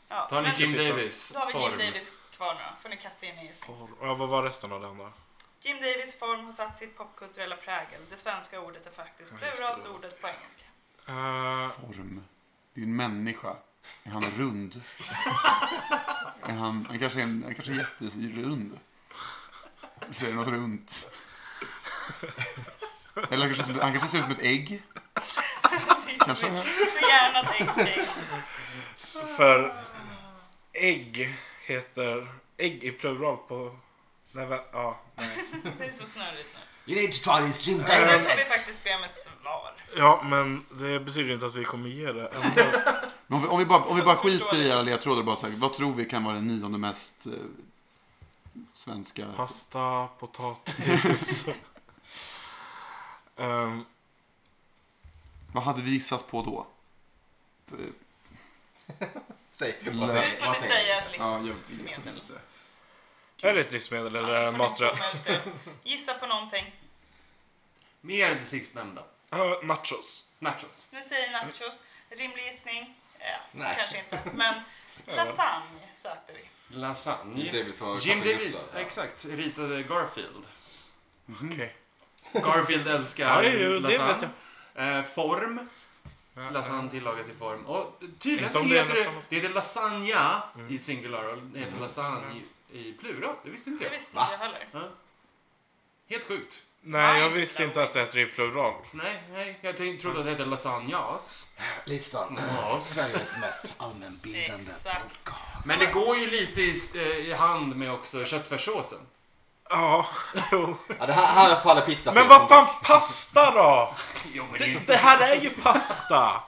Ja, Ta en men- Jim pizza. Davis Då har vi Jim form. Davis kvar nu då. får ni kasta in en gissning. Ja, vad var resten av den då? Jim Davis form har satt sitt popkulturella prägel. Det svenska ordet är faktiskt pluralsordet på engelska. Eh, Form. Det är ju en människa. Är han rund? är han, han kanske är, en, han kanske är jätterund. Eller så är det något runt. Eller han kanske, han kanske ser ut som ett ägg. Kanske. Så gärna ett ägg säg. För ägg heter... Ägg i plural på... Nej, va- ja. Det är så snurrigt nu. You need to try this Jim Nu får vi faktiskt be om ett svar. Ja, men det betyder inte att vi kommer ge det ändå. Men om, vi, om, vi bara, om vi bara skiter Förstår i det. alla ledtrådar och bara så här, vad tror vi kan vara den nionde mest eh, svenska? Pasta, potatis. Ehm, Vad hade vi gissat på då? Säg, vad Lö- Nu säger får vad ni säger säga ett Ja, jag vet livsmedel. inte. är det ett livsmedel eller Annars är får det ni maträtt? komma ut det. Gissa på någonting. Mer än det sistnämnda. Ja, nachos. Nachos. Nu säger nachos. Rimlig gissning? Ja, Nej. kanske inte. Men lasagne sökte vi. Jim Lasagne. Davis var Jim Carl Davis, Gustav, ja. exakt. Ritade Garfield. Okej. Garfield älskar Ja, jo, det lasagne. vet Eh, form. Lasagne tillagas i form. Och tydligen Inte så om det är heter något det, annat. Mm. det heter lasagna i singular och det heter lasagne i, i plural. Det visste inte Det jag. visste inte jag heller. Helt sjukt. Nej, jag visste inte att det heter i plural. Nej, nej. Jag tänkte- trodde att det hette lasagnas. Listan. Mm. Mas. Sveriges mest allmänbildande Exakt. podcast. Men det går ju lite i, eh, i hand med också köttfärssåsen. Ja. Ja, det här, här faller pizza Men vad fan pasta då? Det, det här är ju pasta.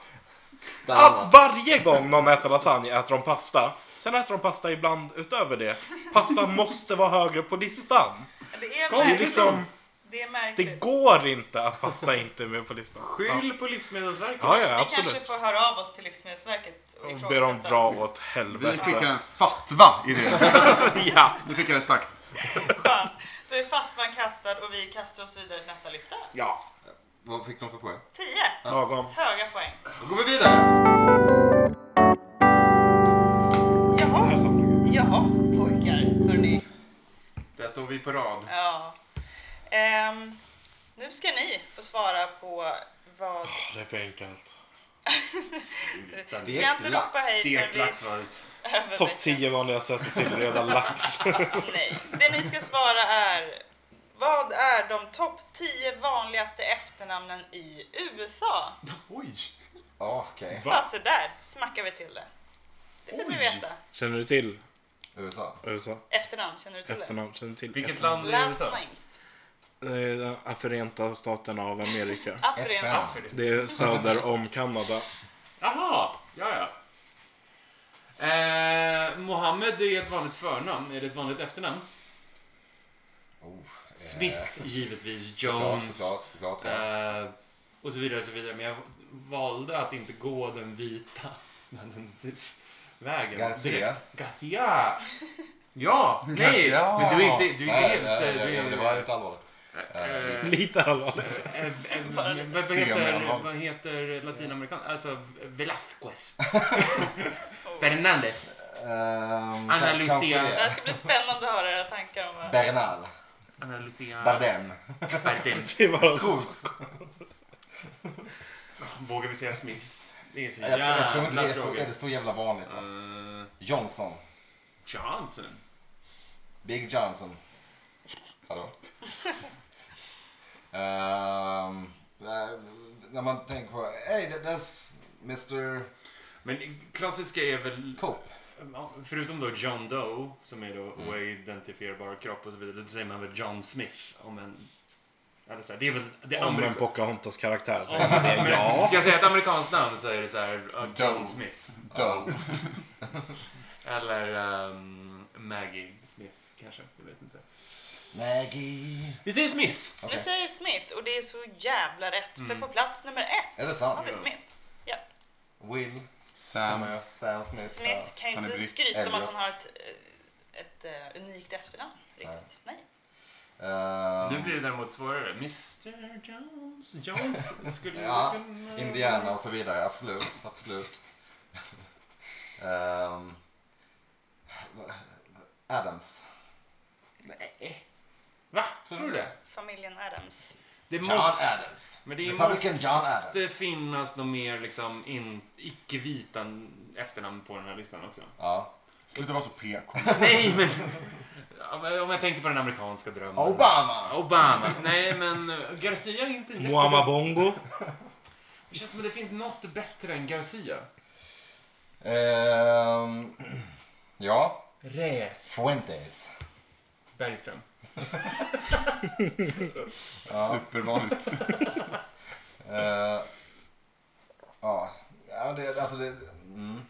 Bland All, annat. varje gång någon äter lasagne äter de pasta. Sen äter de pasta ibland utöver det. Pasta måste vara högre på listan. Det är Det, är märkligt. liksom, det är det märkligt. går inte att pasta inte är med på listan. Skyll på Livsmedelsverket. Ja, ja, Vi kanske absolut. får höra av oss till Livsmedelsverket och Och be dem ifrågasätta. dra åt Vi skickar helvete. en fatwa i det. Ja. Nu fick jag det sagt. Skönt. Då är fatwan kastad och vi kastar oss vidare till nästa lista. ja. Vad fick de för poäng? 10. Lagom. Höga poäng. Då går vi vidare. Jaha. Jaha, pojkar. Hörni. Där står vi på rad. Ja. Ehm, nu ska ni få svara på vad... Det är för enkelt. Ska jag inte ropa hej förrän Stekt vi lax var det. är över Topp veckan? 10 vanliga sätt att tillreda lax. Nej. Det ni ska svara är vad är de topp 10 vanligaste efternamnen i USA? Oj! Ja, Okej. Bara sådär smackar vi till det. Det vill vi veta. Känner du till USA. USA? Efternamn, känner du till Efternamn? Känner du till Vilket efternamn? land det? är Last USA? names. Eh, Förenta Staterna av Amerika. Afrin. FN. Det är söder om Kanada. Jaha, ja ja. Eh, Mohammed är ett vanligt förnamn. Är det ett vanligt efternamn? Oh, eh, Smith givetvis. Såklart, Jones. såklart, såklart. Ja. Eh, och så vidare och så vidare. Men jag valde att inte gå den vita men den s- vägen. Garcia. eh, direkt. Garcia! Ja, nej! Garcia. Men du är inte... Du är Nej, inte... nej, du nej, är, det var lite allvarligt. eh, Lite allvarligt. Eh, eh, Bara Vad lite vad heter, semi-allvarligt. vad heter latinamerikan? Alltså Velazquez. Fernandez. Ehm, Anna kan- kanske Lucia. Det här det. ska bli spännande att höra era tankar om vad... Bernal. Analysera. Bardem. Eh, Bardem. Det var Cruz. Vågar vi säga Smith? Det är så Jag, tror- jag tror inte det jävla är så, är det tråkigt. så jävla vanligt. va? Eh, Johnson. Johnson. Big Johnson. Hallå? Ehm, eh, när man tänker på, hey that's Mr Men det klassiska är väl... Cope. Ja, Förutom då John Doe, som är då oidentifierbar kropp och så vidare, då säger man väl John Smith om en... Eller så här, det är väl... Det är Om en amerik- Pocahontas karaktär så är det ja. Ska jag säga ett amerikanskt namn så är det så här, uh, John Doe. Smith. Doe. Eller ehm, Maggie Smith kanske, jag vet inte. Maggie. Vi säger Smith! Vi Okej. säger Smith och det är så jävla rätt för på plats nummer ett Är det har sant? vi Smith. Will. Sam. Sam Smith. Smith kan ju Han är inte britt. skryta om att Elliot. han har ett, eh, ett eh, unikt efternamn riktigt. Nej. Ehm, Nu blir det däremot svårare. Mr Jones? Jones skulle ju Ja, kunna... Indiana och så vidare, absolut. absolut. Ehm, Adams. Nej. Va? Tror du det? Familjen Adams. Det John måste... Adams. Men det Republican måste John Adams. finnas något mer liksom in, icke-vita efternamn på den här listan också. Ja. Sluta vara så PK. Nej men... Ja, men Om jag tänker på den amerikanska drömmen. Obama! Obama. Nej men eh, Garcia är inte en jätte- Muamabongo. Det känns som att det finns något bättre än Garcia. Ehm, ja. Räf. Fuentes. Bergström. Supervanligt. Eh, ja, ja det, alltså det... Mm.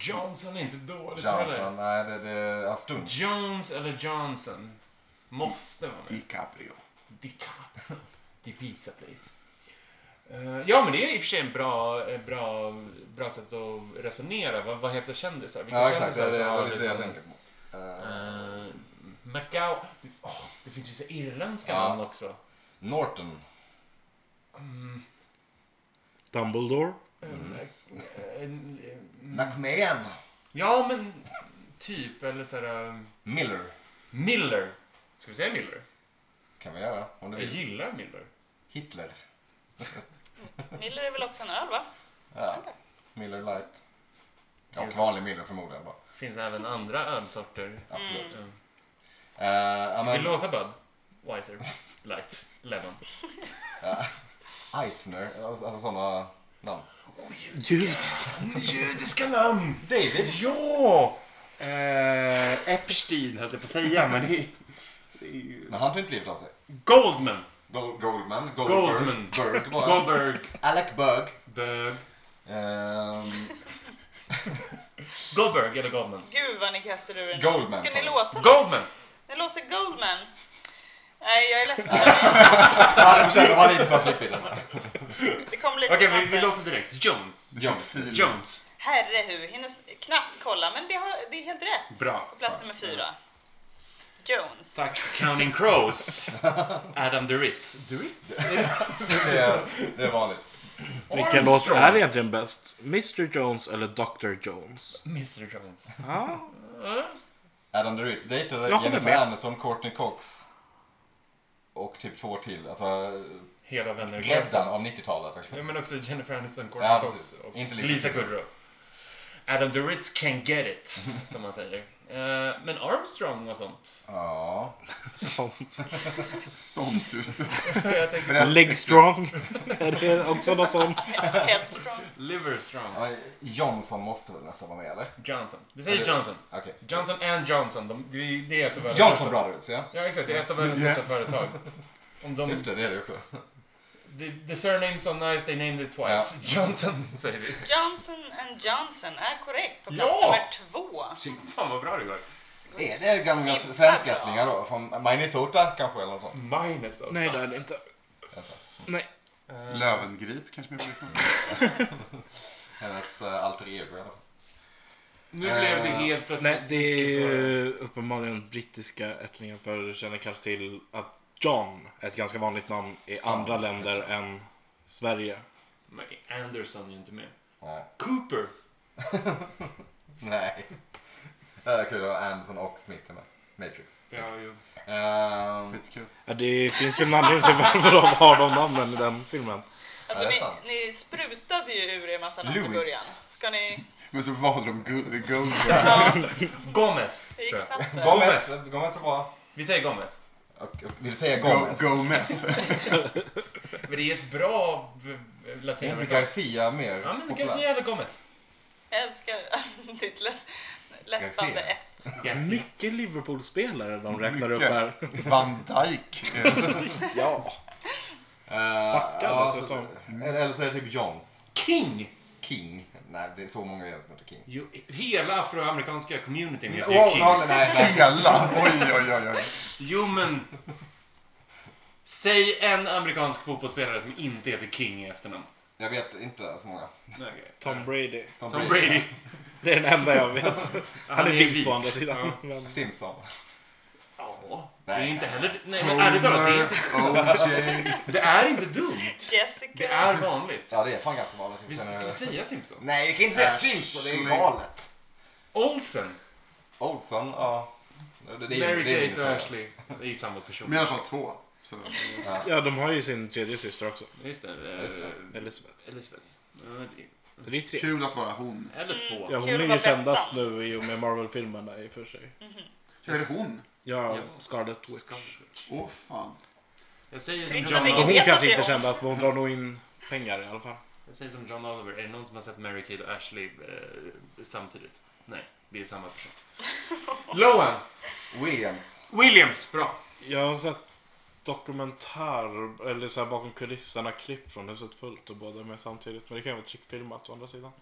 Johnson är inte dåligt Johnson, nej det... det ja, Stunch. Jones eller Johnson. Måste vara med. DiCaprio. DiCaprio. The pizza place. Eh, ja, men det är i och för sig en bra, eh, bra, bra sätt att resonera. Vad, vad heter kändisar? Vilka Ja exakt, det, kändisar det, det som var har lite det jag liksom- tänkte på. Eh, Eh, Macau. Åh, det finns ju så irländska Ja. namn också. Norton. Dumbledore. Mm. Eh, eh, eh, McMahon. ja, men typ. Eller så här... eh, Miller. Miller. Ska vi säga Miller? Kan vi göra om du Jag vill. gillar Miller. Hitler. Miller är väl också en öl va? Ja. Miller light. Ja, Yes. vanlig Miller förmodligen bara. Finns även andra ölsorter. Absolut. Mm. Eh, ja, Vill du men, låsa Bud? Wiser. Light. Lemon. Eisner, alltså, alltså sådana namn. Judiska. Judiska namn! David. Ja! Eh, Epstein höll jag på att säga, men det är Det är ju... Men han tog inte livet av sig. Goldman. Go- Goldman. Goldberg. Goldman. Berg bara. Goldberg. Alec Berg. Berg. Ehm, Goldberg eller Goldman? Gud vad ni kastar ur en. Goldman, Ska tar ni vi. låsa den? Goldman! Ni låser Goldman. Nej, jag är ledsen. han försökte vara lite för flippig. där. Det kom lite Okej, vi, snabbt vi där. låser direkt. Jones. Jones. Jones. Herre hu, hinner s- knappt kolla, men det, har, det är helt rätt. Bra. På plats nummer fyra. Jones. Counting Crows. Adam Duritz. Duritz? Det är, det är vanligt. Vilken låt är egentligen bäst? Mr Jones eller Dr Jones? Mr Jones. Ja, Adam the Rich dejtade Jag håller Jennifer med. Aniston, Courtney Cox och typ två till. Alltså Hela vänner. breddan av 90-talet. Ja, men också Jennifer Aniston, Courtney Ja, Cox precis. och Inte Lisa Lisa Kudrow. Adam Duritz can get it, som man säger. Eh, men Armstrong och sånt. Ja. sån. Sånt just det. Jag tänker Leg strong. är det också något sånt? Headstrong. Liverstrong. Ja, Johnson måste väl nästan vara med eller? Johnson. Vi säger Eller- Johnson. Okej. Johnson and Johnson. De, det är- det är ett av världens Johnson största- Brothers ja. Ja, exakt. Det är ett av världens Yeah. största företag. Om de, Just det, det är det också. the, the surnames on nice, they named it twice. Johnson, säger vi. Johnson and Johnson är korrekt på Ja! plats nummer två. Alltså, Fan, vad bra det går. Det är, det är gamla svenskättlingar då, från Minnesota kanske eller något sånt. Minus alltså. också. Nej, det är det inte. Nej. Lövengrip kanske mer på listan. Hennes äh, alter ego i alla fall. Nu blev det Eh, helt plötsligt... Nej, det är ju uppenbarligen brittiska ättlingar för du känner kanske till att John är ett ganska vanligt namn i Sant, andra länder än Sverige. Men Anderson är ju inte med. Nej. Cooper. Nej. Det är kul att ha Anderson och Smith är med. Matrix. Ja, ju. Ehm, Skitkul. Ja, det finns ju en anledning till varför de har de namnen i den filmen. Ja, det är Alltså, sant. ni, ni sprutade ju ur er massa namn i Louis. början. Ska ni... Men så valde de Gu- Goldberg. Ja, Gomez. det gick tror jag. snabbt där. Gomez, Gomez är bra. Vi säger Gomez. Och, och, vill du säga Go- Gomez? Gomez. Men det är ett bra eh, Är inte latinamerikanskt... Garcia mer Ja, men det populär? kanske gäller Gomez. Jag älskar ditt läs- läspande F. Jag Mycket Liverpool-spelare de räknar upp Mycket. här. Van Dijk. Ja. Eh, Backa ja, dessutom. så- Eller, eller så är det typ Johns. King! King. Nej, det är så många som heter King. Jo, hela afroamerikanska communityn heter ju Åh, King. nej, nej, nej. Hela. Oj, oj, oj. oj. Jo, men... Säg en amerikansk fotbollsspelare som inte heter King i efternamn. Jag vet inte så många. Okay. Tom Brady. Tom Brady. Det är den enda jag vet. Han är vit å andra sidan. Ja. Men Simpson. Ja, det är Nej. inte heller... Nej, men ärligt talat, det är inte, OJ. det är inte dumt. Jessica. Det är vanligt. Ja, det är fan ganska vanligt. Vi Sen är ska vi det- säga Simpson? Nej, vi kan inte säga Simpson. Det är ju galet. Olsen, Olsson, ja. Det, det, det, det är Mary Kate min och sång. Ashley. Det är ju samma person. Men i alla fall två. Så. eh, ja, de har ju sin tredje syster också. Just det. eh, Just Elisabeth. Elisabeth. Ja, det- Så det är tre. Kul att vara hon. Eller två. Ja, hon Kul är att ju vara kändast Bettan. nu i och med Marvel-filmerna i och för sig. Är det hon? Ja, Ja. Scarlet Witch. Åh fan. Jag säger som Trist att John vi Så ingen hon Oliver. vet att kanske det är inte hon. kändast, men hon drar nog in pengar i alla fall. Jag säger som John Oliver. Är det någon som har sett Mary Kate och Ashley eh, samtidigt? Nej, det är samma person. Lohan. Williams. Williams. Bra. Jag har sett dokumentär, eller så här bakom kulisserna, klipp från Huset Fullt och båda med samtidigt. Men det kan ju vara trickfilmat å andra sidan.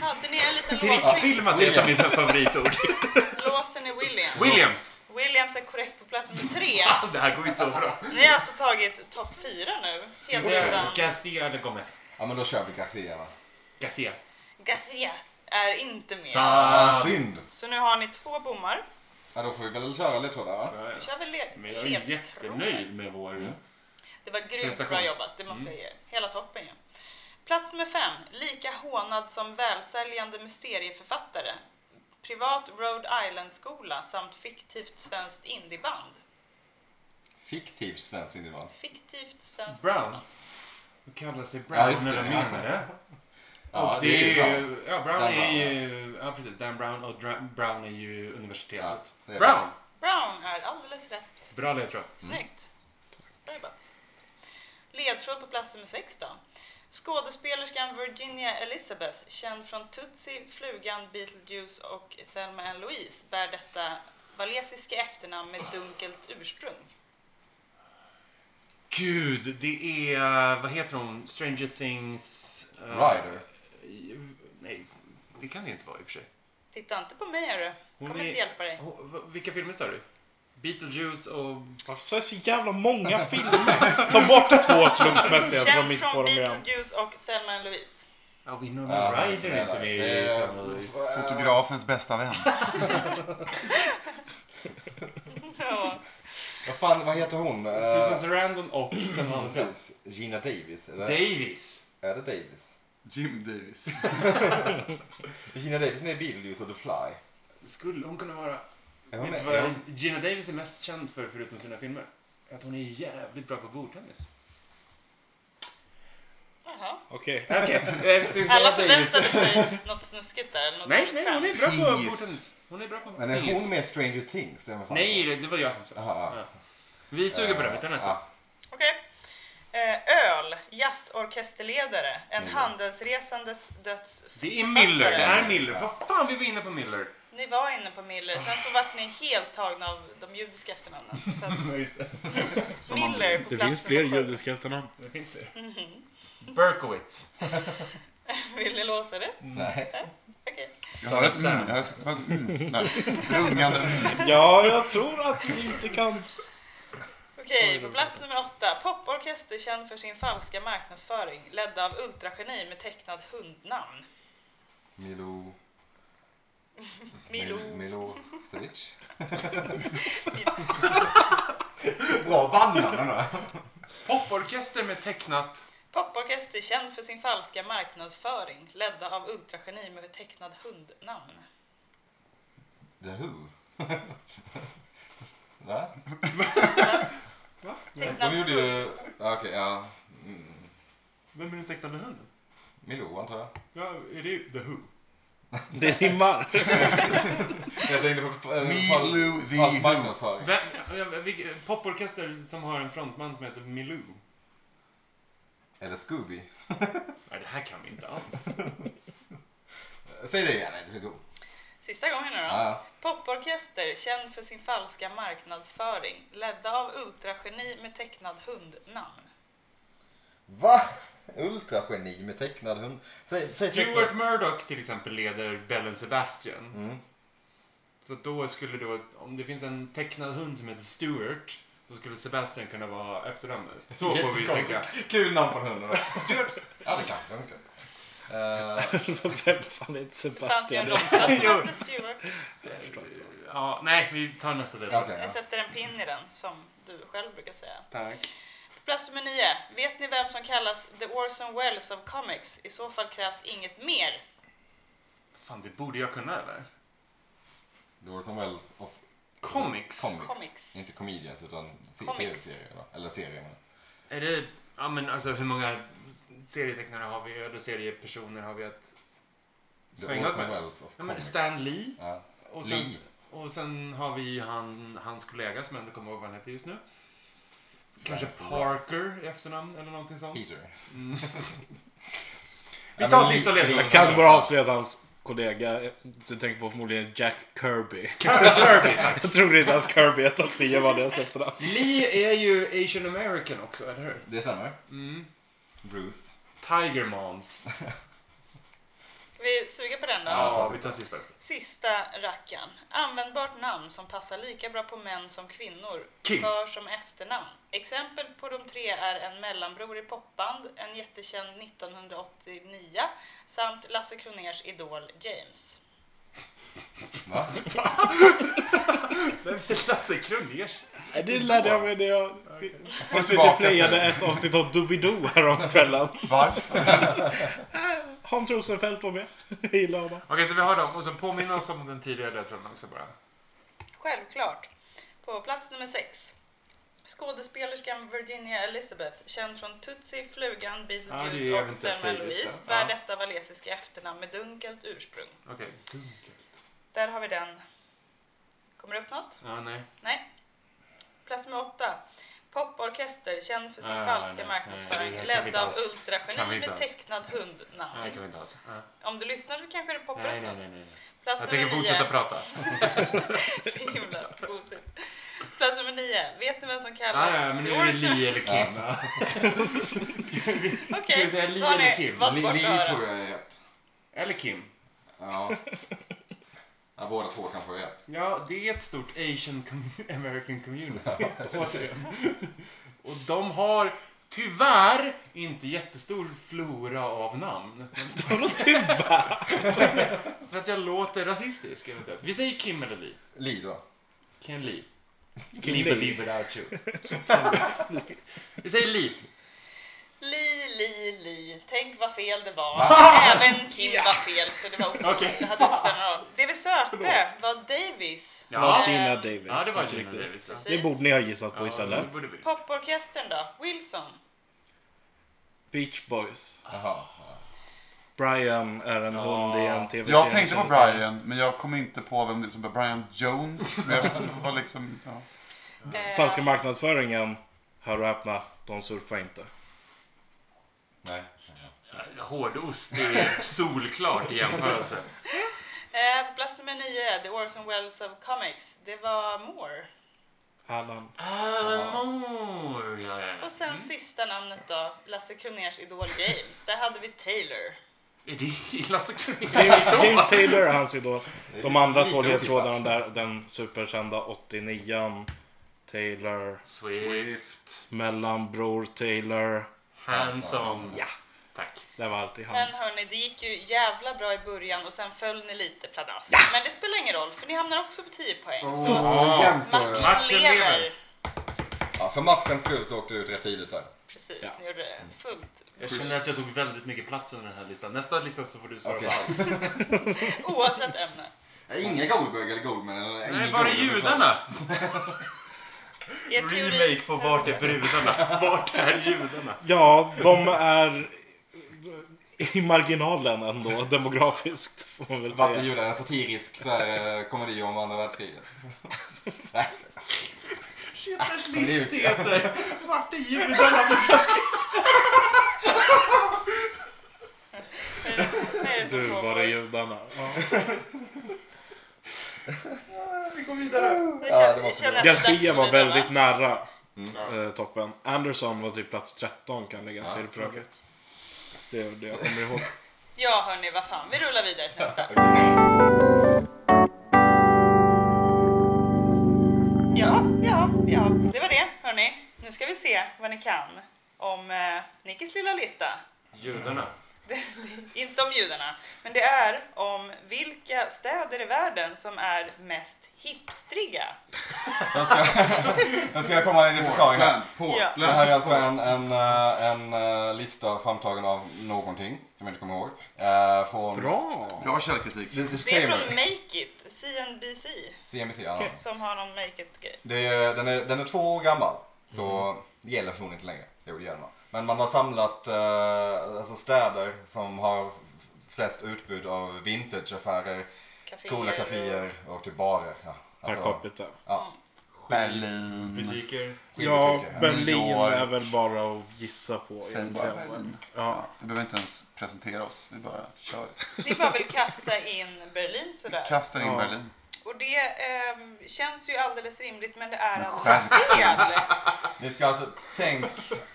Hade ni en liten låsning? Trickfilmat är ett av mina favoritord. Låsen i Williams. Williams. Ah, Williams är korrekt på plats nummer tre. Det här går ju så bra. Ni har alltså tagit topp fyra nu. Helt utan. Gathia eller Gomez? Ja, men då kör vi Garcia, va? Gathia. Gathia är inte med. Ah, Fan. synd. Så nu har ni två bommar. Ja, då får vi väl köra ledtrådar, va? Ja, ja. kör vi led- Men jag är jättenöjd med vår... Mm. Det var grymt Prestation. Mm. bra jobbat, det måste jag ge er. Hela toppen ju. Plats nummer fem. Lika hånad som välsäljande mysterieförfattare. Privat Rhode Island-skola samt fiktivt svenskt indieband. Fiktivt svenskt indian. Fiktivt svenskt Brown. Hon kallar sig Ja, Brown just när det, de ja. är det. Ja, och det är ju bra. ju- Ja, Brown Dan är ju... Ja, precis. Dan Brown och Dra- Brown är ju universitetet. Ja, det är bra. Brown! Brown är alldeles rätt. Bra ledtråd. Snyggt. Bra jobbat. Ledtråd på plats nummer sex då. Skådespelerskan Virginia Elizabeth, känd från Tootsie, Flugan, Beetlejuice och Thelma and Louise, bär detta valesiska efternamn med dunkelt ursprung. Gud, det är... Vad heter hon? Stranger Things... eh, Ryder. Nej, det kan det inte vara i och för sig. Titta inte på mig hörru. Hon Kommer är- inte hjälpa dig. Åh, v- Vilka filmer sa du? Beetlejuice och... Varför sa jag så jävla många filmer? Ta bort två slumpmässiga så de Känd inte får från dem igen. Beetlejuice och Thelma and Louise. Ja, Winona Ja, Ryder är inte med i Eh, det är- Thelma och Louise. Fotografens bästa vän. Ja. Vad fan, vad heter hon? Eh, Susan Sarandon och den andra. precis. Gina Davis, eller? Davis. är det Davis? Jim Davis. Gina Davis med i Beetlejuice och The Fly. Skulle hon kunna vara... Är hon Vet du med? vad Är hon- Gina Davis är mest känd för, förutom sina filmer? Att hon är jävligt bra på bordtennis. Jaha. Okej. Okej, eh, Susan Alla Davis. förväntade sig något snuskigt där. Eller något Nej, roligt nej, skämt. hon är bra på Pingis. bordtennis. Hon är bra på Men är pingis. hon med i Stranger Things? Det är väl fan Ah, Nej, det, det var jag som sa. Aha. Ja. Vi suger på det, vi tar nästa. Ja. Okej. Eh, öl, jazzorkesterledare, en handelsresandes döds... Det är Miller, det är Miller. Vad fan, vi var inne på Miller. Ni var inne på Miller, sen så vart ni helt tagna av de judiska efternamnen. Så att just det. Miller på Det plats finns fler nummer sju. judiska efternamn. Det finns fler. Berkowitz. Vill ni låsa det? Nej. Okej. Jag hör ett mm. Jag hör ett mm. Där. Rungande mm. Ja, jag tror att ni inte kan... Okej, på plats nummer åtta. Poporkester känd för sin falska marknadsföring, ledda av ultrageni med tecknad hundnamn. Milo... Milo. Milo... Sevic. Bra bandnamn ändå. Poporkester med tecknat. Poporkester känd för sin falska marknadsföring, ledda av ultrageni med tecknad hundnamn. The Who. Va? Tecknad De gjorde ju... Ja, Okej, ja. Mm. Vem är den tecknade hunden? Milo antar jag. Ja, är det The Who? Det rimmar. Jag tänkte på... eh, fall- Milu the Falsk Who. marknadsföring. Vem, ja, vilken- poporkester som har en frontman som heter Milou. Eller Scooby. Nej, det här kan vi inte alls. Säg det igen, det är god. Sista gången nu då. Ja, ja. Poporkester, känd för sin falska marknadsföring, ledda av ultrageni med tecknad hundnamn. Va? Ultrageni med tecknad hund. Säg, säg Stuart tecknad. Murdoch till exempel leder Bellen Sebastian. Mm. Så då skulle då, om det finns en tecknad hund som heter Stuart, då skulle Sebastian kunna vara efternamnet. Så får vi Jättekonstigt. tänka. Kul namn på en hund. Stuart. Ja, det kanske funkar. Uh, Vem Det fanns fan heter ju en Sebastian? råtta som hette Stuart. Ja, nej, vi tar nästa del. Okej, Jag ja. sätter en pin i den, som du själv brukar säga. Tack. Plats nummer nio. Vet ni vem som kallas The Orson Welles of Comics? I så fall krävs inget mer. Fan, det borde jag kunna eller? Alltså, Det var som Wells of Comics. comics. Comics. Inte comedians utan se- Comics. tv-serier. va? Eller serier. men- Är det, ja men alltså hur många serietecknare har vi, eller seriepersoner har vi att The svänga oss Orson med? Welles of Ja, men comics. Stan Lee. Ja. Och sen, Lee. och sen har vi ju han, hans kollega som jag inte kommer ihåg vad han heter just nu. Kanske Parker i efternamn eller någonting sånt. Peter. Mm. Ja, Vi tar men Lee- sista ledtråden. Jag kan bara avslöja att hans kollega, du tänker på förmodligen Jack Kirby. Kirby, tack. Jag tror inte att Kirby är topp 10 vanligaste efternamn. Lee är ju Asian American också, eller hur? Det stämmer. Mm. Bruce. Tiger Moms. Ska vi suga på den då? Ja, vi tar sista också. Sista rackan. Användbart namn som passar lika bra på män som kvinnor. Kim. För som efternamn. Exempel på de tre är en mellanbror i popband, en jättekänd 1989 samt Lasse Kroners idol James. Va? Vem är Lasse Kroners? Nej, Det lärde jag mig när jag... Jag tillbaka playade sen. ett avsnitt av Doobidoo häromkvällen. Varför? Hans Rosenfeldt var med. Jag gillar honom. Okej, så vi har dem. Och så påminner oss om den tidigare ledtråden också bara. Självklart. På plats nummer sex. Skådespelerskan Virginia Elizabeth, känd från Tootsie, Flugan, Ja, Beetlejuice det är och eventuellt Thelma det, just det. Louise, bär Ja. detta valesiska efternamn med dunkelt ursprung. Okej. Där har vi den. Kommer det upp något? Ja, nej. Nej. Plats nummer åtta. Poporkester orkester känd för sin Ah, falska nej, nej, marknadsföring, det kan vi ledd inte av alls. Kan vi ultrageni inte med alls. tecknat hundnamn. Nej, det kan vi inte alls. Ja. Om du lyssnar så kanske det poppar Nej, upp nej, något. nej, nej. Plats Jag nummer tänker fortsätta nio. prata. Så himla gosigt. Plats nummer nio. Vet ni vem som kallas? Ah, Ja, ja, men nu The är det Orson- Li eller Kim. Okej, Ska vi säga Li då har ni eller Kim? valt Li, bort Li öra. tror jag är rätt. Eller Kim. Ja. ja båda två kanske är rätt. Ja, det är ett stort Asian commu- American community. återigen. Och de har tyvärr inte jättestor flora av namn. För att jag låter rasistisk eventuellt. Vi säger Kim eller Li. Li då. Ken Li. Kim Liber Li. Liberace. Vi säger Li. Li, li, li. Tänk vad fel det var. Även Kim var fel, så det var okej. Okej. Det hade inte spelat någon roll. Det vi sökte var Davis. Ja, Ja, Gina Davis. ja det var Inte Gina riktigt. Davis. ja. Det borde ni ha gissat på istället. Ja, det borde vi. Poporkestern då? Wilson. Beach Boys. Jaha. Brian är en hund i en tv-serie. Jag tänkte på som heter- Brian, men jag kom inte på vem det är som är Brian Jones. Men jag var liksom, ja. Eh, Falska marknadsföringen. Hör och häpna, de surfar inte. Nej. Hårdost, det är solklart i jämförelse. eh, plats nummer nio, The Orson Welles of Comics. Det var Moore. Alan. Alan Moore, ja, ja, ja. Och Mm. sen sista namnet då, Lasse Kronérs Idol Games. Där hade vi Taylor. Är det Lasse Kronér? James, James Taylor är hans idol. De andra lite två otippat. ledtrådarna där, den superkända 89 Taylor, Swift. mellanbror Taylor. Hanson. Ja, Tack. det var alltid han. Men hörni, det gick ju jävla bra i början och sen föll ni lite pladask. Men det spelar ingen roll, för ni hamnar också på 10 poäng. Så Oh, jämt då. matchen, Matchen lever. lever. Ja, för matchens skull så åkte du ut rätt tidigt där. Precis, Ja. ni gjorde det fullt. Jag känner att jag tog väldigt mycket plats under den här listan. Nästa lista så får du svara Okej. på allt. Oavsett ämne. Inga Goldberg eller Goldman. Eller inga Nej, var är Goldberg. judarna? Er teori, Remake på Vart är brudarna? Vart är judarna? Ja, de är i marginalen ändå, demografiskt får man väl Vart är säga. judarna? En satirisk så här, eh, komedi om andra världskriget. Schäfers list heter Vart är judarna? Men så ska- vad är det Du, som var är pågår? judarna? Jag Ja, det känner- jag måste känner gå. att det är dags Garcia att var gå vidare, va? väldigt nära Mm. eh, toppen. Anderson var typ plats 13 kan läggas till för övrigt. Det är det jag kommer ihåg. Ja, hörni, vad fan. Vi rullar vidare till nästa. Ja, ja, ja. Det var det, hörni. Nu ska vi se vad ni kan om eh, Nickis lilla lista. Judarna. Inte om judarna, men det är om vilka städer i världen som är mest hipstriga. Nu ska jag komma med en liten förklaring här. Ja. Det här är alltså en, en, eh, en eh, lista framtagen av någonting som jag inte kommer ihåg. Eh, Från... Bra! Bra källkritik. Det, Det är från disclaimer. Make It, CNBC, CNBC, ja. som har någon Make It-grej. Det är, den, är, den är två år gammal. Så det gäller förmodligen inte längre. Jo, det gör den va. Men man har samlat eh, alltså städer som har flest utbud av vintageaffärer, Caféer coola och- caféer och typ barer. Ja. Per capita. Berlin. Butiker. Ja, Skidbutiker, ja. Berlin New York. är väl bara att gissa på. Säg bara Berlin. Ja. Vi behöver inte ens presentera oss. Vi bara kör. Ni bara vill kasta in Berlin sådär. Kastar in Ja. Berlin. Och det ehm, känns ju alldeles rimligt men det är alldeles skärp fel. Ni ska alltså tänk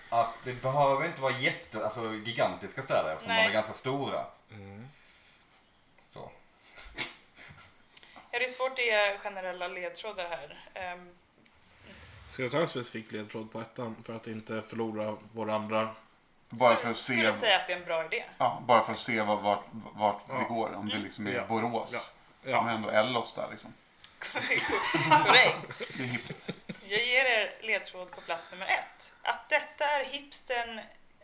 att det behöver inte vara jätte, alltså gigantiska städer eftersom Nej. de är ganska stora. Så. Ja, det är svårt att ge generella ledtrådar här. Ehm, Ska jag ta en specifik ledtråd på ettan för att inte förlora våra andra? Bara för att Jag se, skulle säga att det är en bra idé. ja, bara för att se vad- vart, vart vi går. Om Mm. det liksom Ja. är Borås. Ja. Men ändå Ellos där liksom. Korrekt. Det är hippt. Jag ger er ledtråd på plats nummer ett. Att detta är hipstern,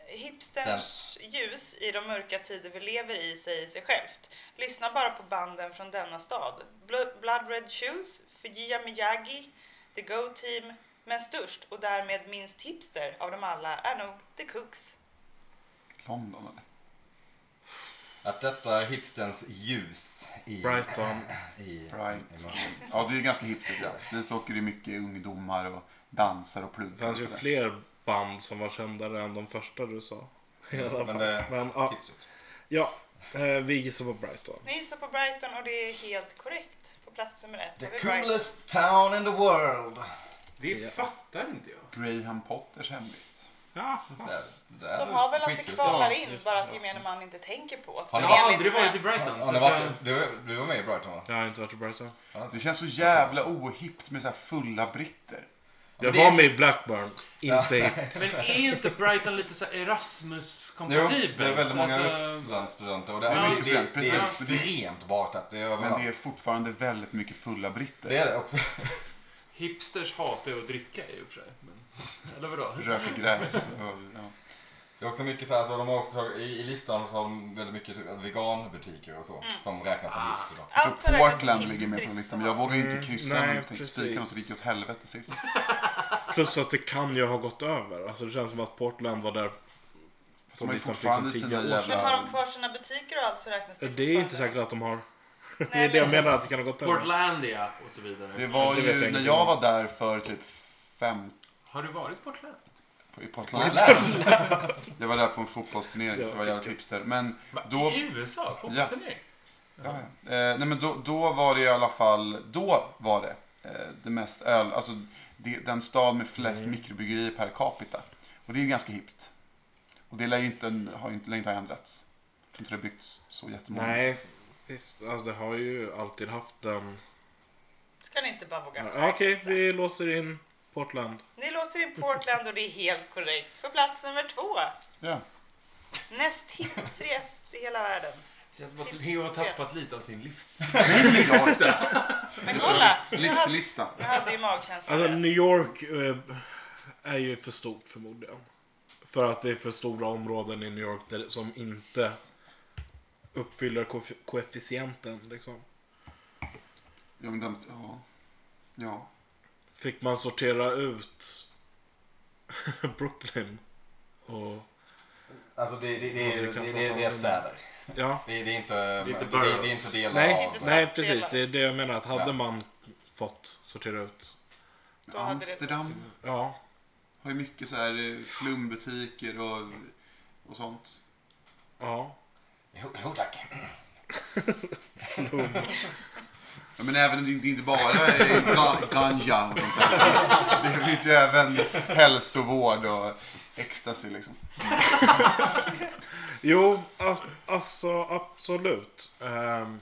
hipsterns ljus i de mörka tider vi lever i säger sig självt. Lyssna bara på banden från denna stad. Blo- Blood Red Shoes, Fujia Miyagi, The Go Team, men störst och därmed minst hipster av dem alla är nog The Cooks. London eller? Att detta är hipsterns ljus i... Brighton. i Bright. Ja, det är ganska hippt. Ja. Dit åker det mycket ungdomar och dansar och Det pluggar. och fanns ju sådär. fler band som var kändare än de första du sa. I alla fall. Men det... Men, ja, Hipstret. ja, eh, vi gissar på Brighton. Ni gissar på Brighton och det är helt korrekt. På plats nummer ett The har vi Brighton. coolest town in the world. Det Ja. fattar inte jag. Graham Potters hemvist. Ja, Där, där. De har väl att det Skickligt. kvalar Ja, in, just det. bara att gemene man inte tänker på att Har Jag man har enligt aldrig varit i Brighton. Brighton. Har så ni att varit, jag- du, du var med i Brighton va? jag har inte varit i Brighton. Det känns så jävla ohippt med så här fulla britter. Jag det är var med i Blackburn, inte i... Men är inte Brighton lite så här Erasmus-kompatibel? Jo, det är väldigt många Alltså, utlandsstudenter. Och det, är- Ja, alltså, det, det, det är precis. extremt baktatt. Det är Men det överallt. är fortfarande väldigt mycket fulla britter. Det är det också. hipsters hatar ju att dricka i och för sig. Men, eller vadå? Röker gräs. Och, ja. Det är också mycket så här, så de har också, tagit- i, i listan så har de väldigt mycket typ veganbutiker och så. Mm. Som räknas som hipster då. Jag Allt som tror räknas som Portland ligger med på hipstrigt den listan, men jag vågar ju inte Mm, kryssa nej, någonting. Spiken och så precis. gick det åt helvete sist. Plus att det kan ju ha gått över. Alltså det känns som att Portland var där de på har ju listan för fortfarande liksom tio sina år jävla- Men har de kvar sina butiker och allt så räknas det sedan. Det är inte fortfarande. säkert att de har. Det Nej, är det jag men- menar, att det kan ha gått över. Portlandia och så vidare. Det var Det ju vet jag när ingenting jag om. var där för typ fem Har du varit i Portland? i Portland. Jag var där på en fotbollsturnering, så det var jävligt hipster. Men Va, Då- I USA? Fotbollsturnering? Ja, ja. Eh, nej men då, då var det i alla fall, då var det eh, det mest öl, alltså det, den stad med flest mikrobryggerier per capita. Och det är ju ganska hippt. Och det lär ju inte, har ju inte, lär inte ha ändrats. Jag tror inte det har byggts så jättemånga. Nej, visst. Alltså det har ju alltid haft den... Ska ni inte bara våga Ja, Okej, chansa? vi låser in Portland. Ni låser in Portland och det är helt korrekt. För plats nummer två. Ja. Näst hipsrest i hela världen. Det känns som att Leo har tappat lite av sin livs... Men kolla! Jag hade, Livslista. jag hade ju magkänsla för Alltså det. New York eh, är ju för stort förmodligen. För att det är för stora områden i New York där, som inte uppfyller koef- koefficienten. Liksom. Ja, men de, ja. ja. Fick man sortera ut Brooklyn och... Alltså det, det, det, är- det, det, det, det är städer. Ja, Det, är- det är inte... Det är inte det, det, är boroughs. inte delar nej, av... nej stadsdelar. precis. Det är det jag menar. Att hade Ja. man fått sortera ut... Då hade det- Amsterdam Ja, har ju mycket så här eh, flumbutiker och, och sånt. ja. Jo, jo tack. Ja, men även om det det inte bara är ga- ganja och sånt där. Det finns ju även hälsovård och ecstasy liksom. Jo, a- alltså absolut. Ehm,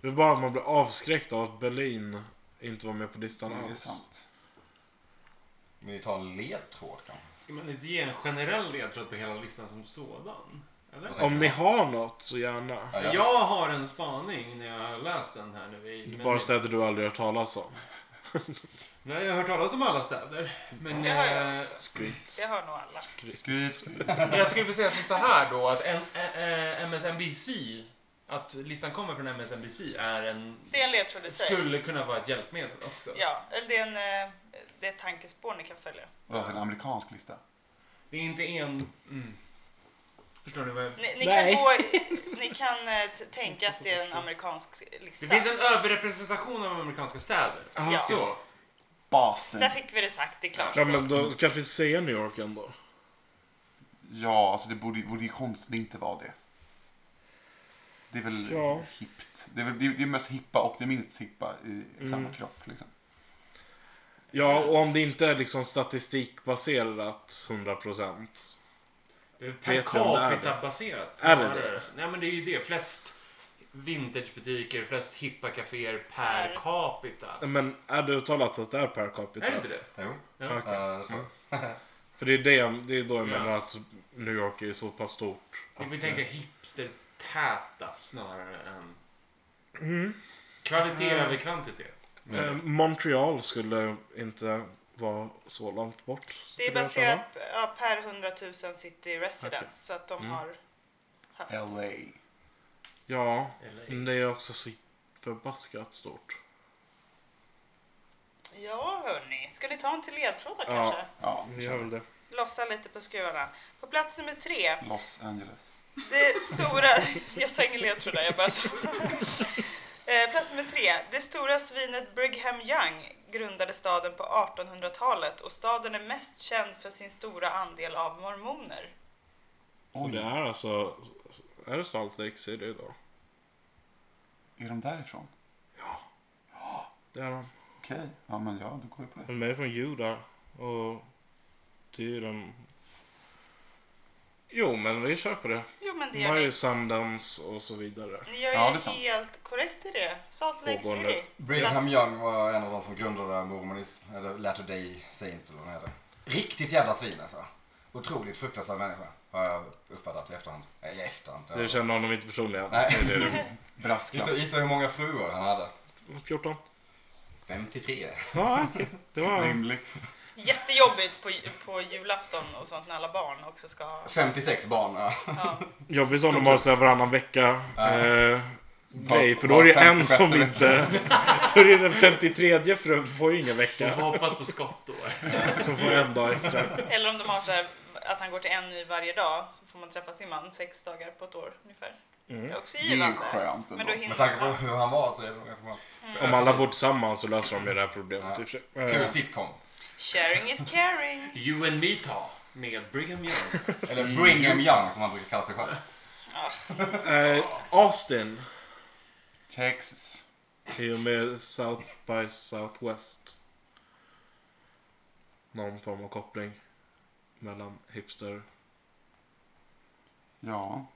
det är bara att man blir avskräckt av att Berlin inte var med på listan Det är alls. sant. Men vi tar en ledtråd kanske. Ska man inte ge en generell ledtråd på hela listan som sådan? Eller? Om ni har något så gärna. Ja, ja. Jag har en spaning när jag har läst den här nu. I, men- Bara städer du aldrig hört talas om. Nej, jag har hört talas om alla städer. Men Det har jag eh, också. Skryt. Det har nog alla. Skryt, skryt. jag skulle vilja säga som så här då att en, ä, ä, MSNBC, att listan kommer från MSNBC är en... Det är en ledtråd i sig. Skulle kunna vara ett hjälpmedel också. Ja, eller det är, en, eh, det är ett tankespår ni kan följa. Och alltså en amerikansk lista. Det är inte en... Mm. Förstår ni vad jag... Ni, ni Nej. kan, gå, ni kan eh, t- tänka att det är en amerikansk lista. Det finns en överrepresentation av amerikanska städer. Ja. Så. Boston. Där fick vi det sagt, det är klart. Ja men då kanske vi säger New York ändå. Mm. Ja, alltså det borde, borde ju konstigt att inte vara det. Det är väl Ja. hippt. Det är väl det, det är mest hippa och det minst hippa i samma Mm. kropp liksom. Ja och om det inte är liksom statistikbaserat 100%. Det är per Vet ni om det är capita baserat. Är det snarare. det? Nej men det är ju det. Flest vintagebutiker, flest hippa kaféer per Per. capita. Men är det uttalat att det är per capita? Är det inte det? Jo. Ja. Okej. Eh, det tror jag. För det är, det, jag- det är då jag Ja. menar att New York är så pass stort. Om vi att- tänker hipster-täta snarare än Mm. kvalitet över kvantitet. Eh, Montreal skulle inte vara så långt bort. Det är skulle jag känna. baserat ja, per 100 000 city residents, så att de Mm. har haft. LA. Ja, Eller- men det är också så förbaskat stort. Ja, hörni. Ska ni ta en till ledtråd då, Ja. kanske? Ja, Vi gör väl det. Lossa lite på skruvarna. På plats nummer tre, Los Angeles. det stora... Jag sa ingen ledtråd där, jag bara sa... Eh, Plats nummer tre, det stora svinet Brigham Young grundade staden på 1800-talet och staden är mest känd för sin stora andel av mormoner. Så det Oj, är alltså... Är det Salt Lake City då? är de därifrån? Det är de. Okej, ja men ja, då går vi på det. De är från Juda och det är ju den... Jo, men vi köper det. Jo, men det De gör har ju ni. Sundance och så vidare. Ni gör ju Ja, det är sant. helt korrekt i det. Salt Lake Pågående. City. Brigham Plats- Young var en av de som grundade mormonism, eller Latter Day Saints eller vad den heter. Riktigt jävla svin alltså. Otroligt fruktansvärd människa har jag uppfattat i efterhand. Eller i efterhand. Du känner honom inte personligen? Nej. Det är det Brasklapp. Gissa, gissa hur många fruar han hade. du- 14? 53. Ja, okej. Mm. Det var... Rimligt. Jättejobbigt på, på julafton och sånt när alla barn också ska ha... 56 barn. Ja. Ja. Jobbigt om de har så här varannan vecka. Eh, grej, för då var är det en 56 som inte... Då är det den 53 frun får ju ingen Jag vecka. hoppas på skott då. Som får en dag extra. Eller om de har så här att han går till en ny varje dag så får man träffa sin man sex dagar på ett år ungefär. Mm. Det är också Det är ju givande. skönt Men då ändå. hinner Med tanke på man. hur han var så är det nog ganska bra. Om alla bor tillsammans så löser de ju det här problemet i och för sig. Eh, Kul sitcom. Sharing is caring. You and me ta med Brigham Young. Eller Brigham Young som han brukar kalla sig själv. eh, Austin Texas. är ju med South by Southwest. Någon form av koppling mellan hipster... Ja,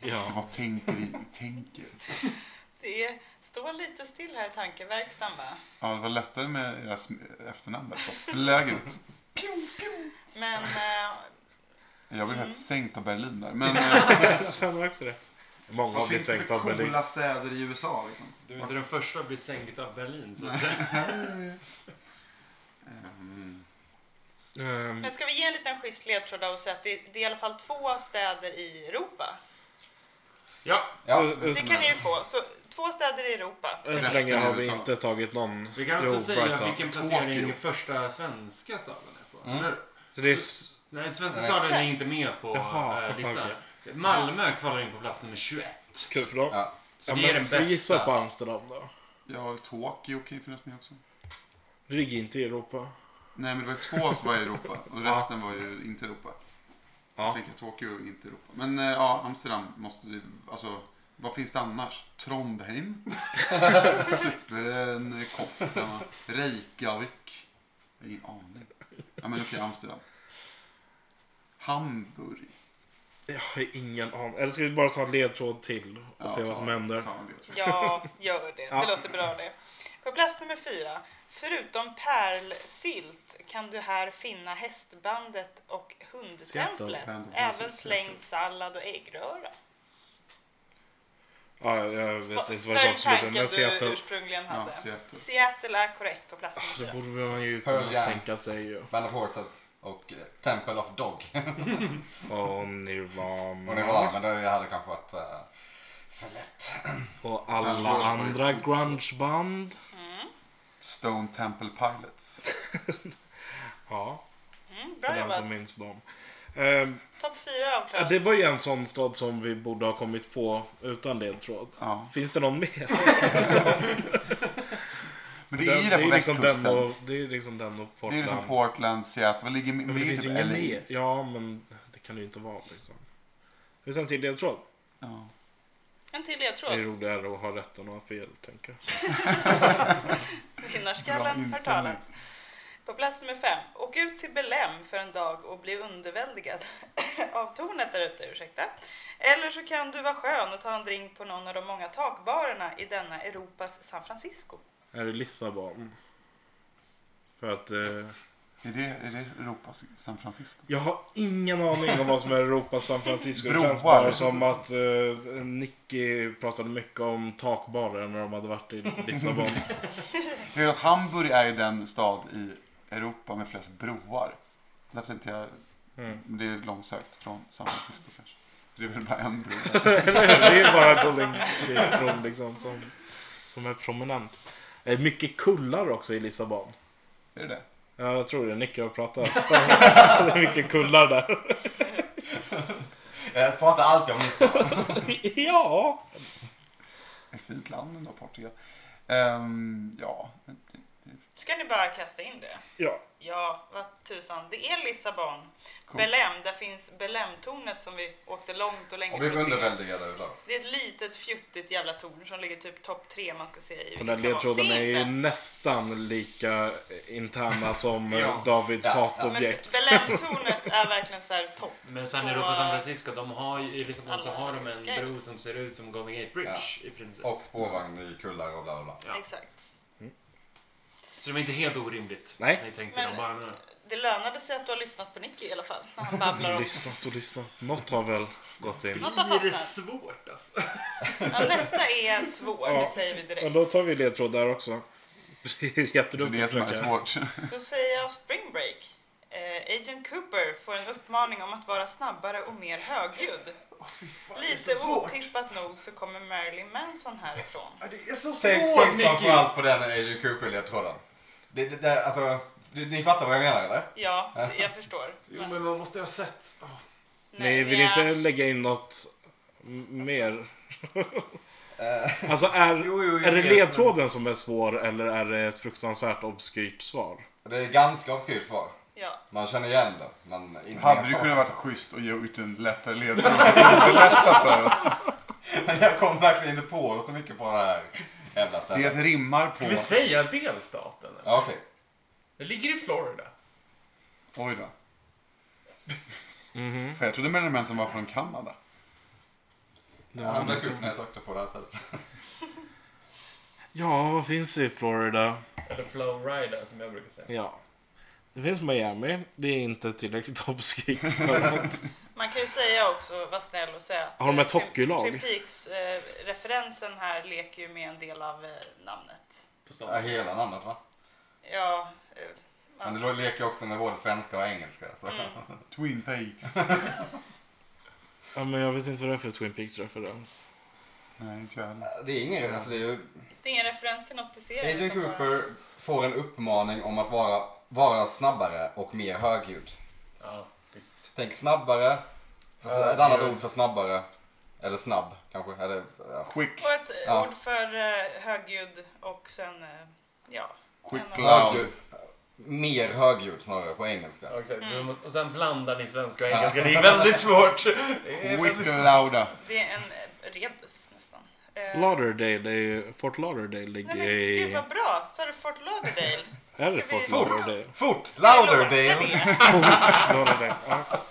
Ja. vad tänker i? Tänker? Det är, står lite still här i tankeverkstan va? Ja, det var lättare med era sm- efternamn där. Bara Flög ut. Men eh, Jag blev helt sänkt av Berlin där. Men eh, Jag känner också det. Många har Vad blivit finns det sänkta för av Berlin. coola städer i USA liksom? Du är inte den första att bli sänkt av Berlin så att säga. Ehm, men ska vi ge en liten schysst ledtråd och säga att det, det är i alla fall två städer i Europa? Ja, Ja. ut- Det ut- kan ni ju få. Så två städer i Europa. ska Än så vi- länge har vi Resten är inte tagit någon. vi kan också Jo, säga Brighton. vilken placering Tokyo. första svenska staden är på. Eller? Så det är s- Nej, Mm. svenska Svenska. staden är inte med på Jaha, eh, listan. okej. Malmö kvalar in på plats nummer 21. kul för dem. Ja. Så Ja, det är men den ska vi gissa bästa. på Amsterdam då? Ja, Tokyo kan ju finnas med också. Det ligger inte i Europa. Nej, men det var ju två som var i Europa och resten var ju inte Europa. Jag tänker att Tokyo är inte Europa. Men eh, ja, Amsterdam måste ju, alltså vad finns det annars? Trondheim? Suppenkofta? Reykjavik? Jag har ingen aning. Ja, men okej, Amsterdam. Hamburg. Jag har ingen aning. Eller ska vi bara ta en ledtråd till och Ja, se ta- vad som händer? ta en ledtråd. Ja, gör det. Ja. Det låter bra det. På plats nummer fyra. Förutom pärlsylt kan du här finna hästbandet och Seattle, hundtemplet. Band of Även Horses, slängd sallad och äggröra. Ja, jag vet Fa- inte vad det är för tanken absolut, men du Seattle. ursprungligen Ja, hade. Seattle. Seattle är korrekt på plats Det nummer fyra. borde man ju Pearl kunna Jam. tänka sig ju. Band of Horses och eh, Temple of Dog. Och Och det var, Nirvana. men det hade kanske varit eh, för lätt. Och alla Pearl Jam var ju andra skit. grungeband. Stone Temple Pilots. Ja, Mm, för bra den jobbat. som minns dem. Ehm, Topp fyra Ja, avklarat. det var ju en sån stad som vi borde ha kommit på utan ledtråd. Ja. Finns det någon mer? Men det är ju det på liksom den västkusten. och, det är liksom den och Det är Portland. liksom Portland, Seattle. Vad ligger Men med det ligger finns typ ingen LA. mer. Ja, men det kan det ju inte vara liksom. Finns det en till ledtråd? Ja. En till Det är ledtråd. roligare att ha rätt än att ha fel, tänker jag. Bra Vinnarskallen har inställning. talat. På plats nummer fem. Åk ut till Belém för en dag och bli underväldigad av tornet där ute, ursäkta. Eller så kan du vara skön och ta en drink på någon av de många takbarerna i denna Europas San Francisco. Är det Lissabon? För att... Eh, Är det, är det Europas San Francisco? jag har ingen aning om vad som är Europas San Francisco. Det Broar. känns bara som att eh, Nicky pratade mycket om takbarer när de hade varit i Lissabon. Jag vet att Hamburg är ju den stad i Europa med flest broar. Så Därför tänkte jag, Mm. det är långsökt från San Francisco kanske. Det är väl bara en bro. där. Eller hur? Det är ju bara Golden Gate-bron liksom som, som är prominent. Det är mycket kullar också i Lissabon. Är det det? Ja, jag tror det. Nicke har pratat om det är mycket kullar där. Jag pratar alltid om Lissabon. Ja! Ett fint land ändå, Portugal. Ehm, ja. Ska ni bara kasta in det? Ja. Ja, vad tusan. Det är Lissabon. Coolt. Belém, där finns Belémtornet som vi åkte långt och länge Och blev för att se. underväldigade utav. Det är ett litet fjuttigt jävla torn som ligger typ topp tre man ska se i Den där Lissabon. ledtråden Se är ju inte! nästan lika interna som eh, Ja. Davids Ja, ja. Men hatobjekt. Belémtornet är verkligen så här topp. Men sen i Och- Europa San Francisco, de har ju, i Lissabon så Alla har de en älskar det. bro som ser ut som Golden Gate Bridge i princip. Och spårvagn i kullar och bla bla bla. Ja. Exakt. Så det var inte helt orimligt. Nej. Ni tänkte Men- de bara... Det lönade sig att du har lyssnat på Nicky i alla fall. När han babblar om... Lyssnat och lyssnat. Något har väl gått in. Något har Blir det fastnat. svårt alltså? Ja, nästa är svår, Ja. det säger vi Och direkt. då tar vi ledtråd där också. Det är Det är Jättedumt det att som är försöka. svårt. Då säger jag Spring Break. Eh, Agent Cooper får en uppmaning om att vara snabbare och mer högljudd. Lite otippat nog så kommer Marilyn Manson härifrån. det är så Tänk, tänk framförallt på den Agent Cooper-ledtråden. Det, det, det, alltså, du, ni fattar vad jag menar eller? Ja, jag förstår. eh, Jo, men man måste ju ha sett. Ah, Ni vill ja. inte lägga in något m- mer? alltså är, Jo, jo, jo, är det jag vet, ledtråden som är svår eller är det ett fruktansvärt obskyrt svar? Det är ett ganska obskyrt svar. Ja. Man känner igen det, men inte mer Hade det svar. kunnat vara schysst att ge ut en lättare ledtråd? Underlätta för oss. Men jag kom verkligen inte på så mycket på det här jävla stället. Det rimmar på... Ska vi säga delstaten? eller? Ja, okej. Det ligger i Florida. Oj då. För jag trodde Marilyn Manson var från Kanada. Han dök upp när jag sökte på det här sättet. Ja, vad finns i Florida? Eller Flowrida som jag brukar säga. Ja. Det finns Miami. Det är inte tillräckligt obskyrt för att... Man kan ju säga också, var snäll och säga att Har de ett eh, hockeylag? Twin Peaks-referensen här leker ju med en del av eh, namnet. På Ja, stan. hela namnet va? Ja, eh, Men det leker ju också med både svenska och engelska. Så. Twin Peaks. Ja, men jag vet inte vad det är för Twin Peaks-referens. Nej, inte jag heller. Det är ingen, alltså det är ju... det är ingen referens till något i serien. Agent utan bara- Cooper får en uppmaning om att vara, vara snabbare och mer högljudd. Ja, visst. Tänk snabbare, fast ett annat ord för snabbare. Eller snabb kanske, eller ja, Quick, Och ett eh, Ja. ord för eh, högljudd och sen, eh, ja. quick en loud. högljudd. Mer högljudd snarare på engelska. Ja, exakt. Mm. Och sen blandar ni svenska och engelska. Det är väldigt svårt. Det är Quick Eh, väldigt... louda. Det är en eh, rebus nästan. Eh, Lauderdale är ju... Fort Lauderdale ligger Nej men gud i... vad bra! Sa du Fort Lauderdale? Är det Ska vi- Fort Lauderdale? Fort! Jag Lauderdale! låser det. Lauderdale. Ja,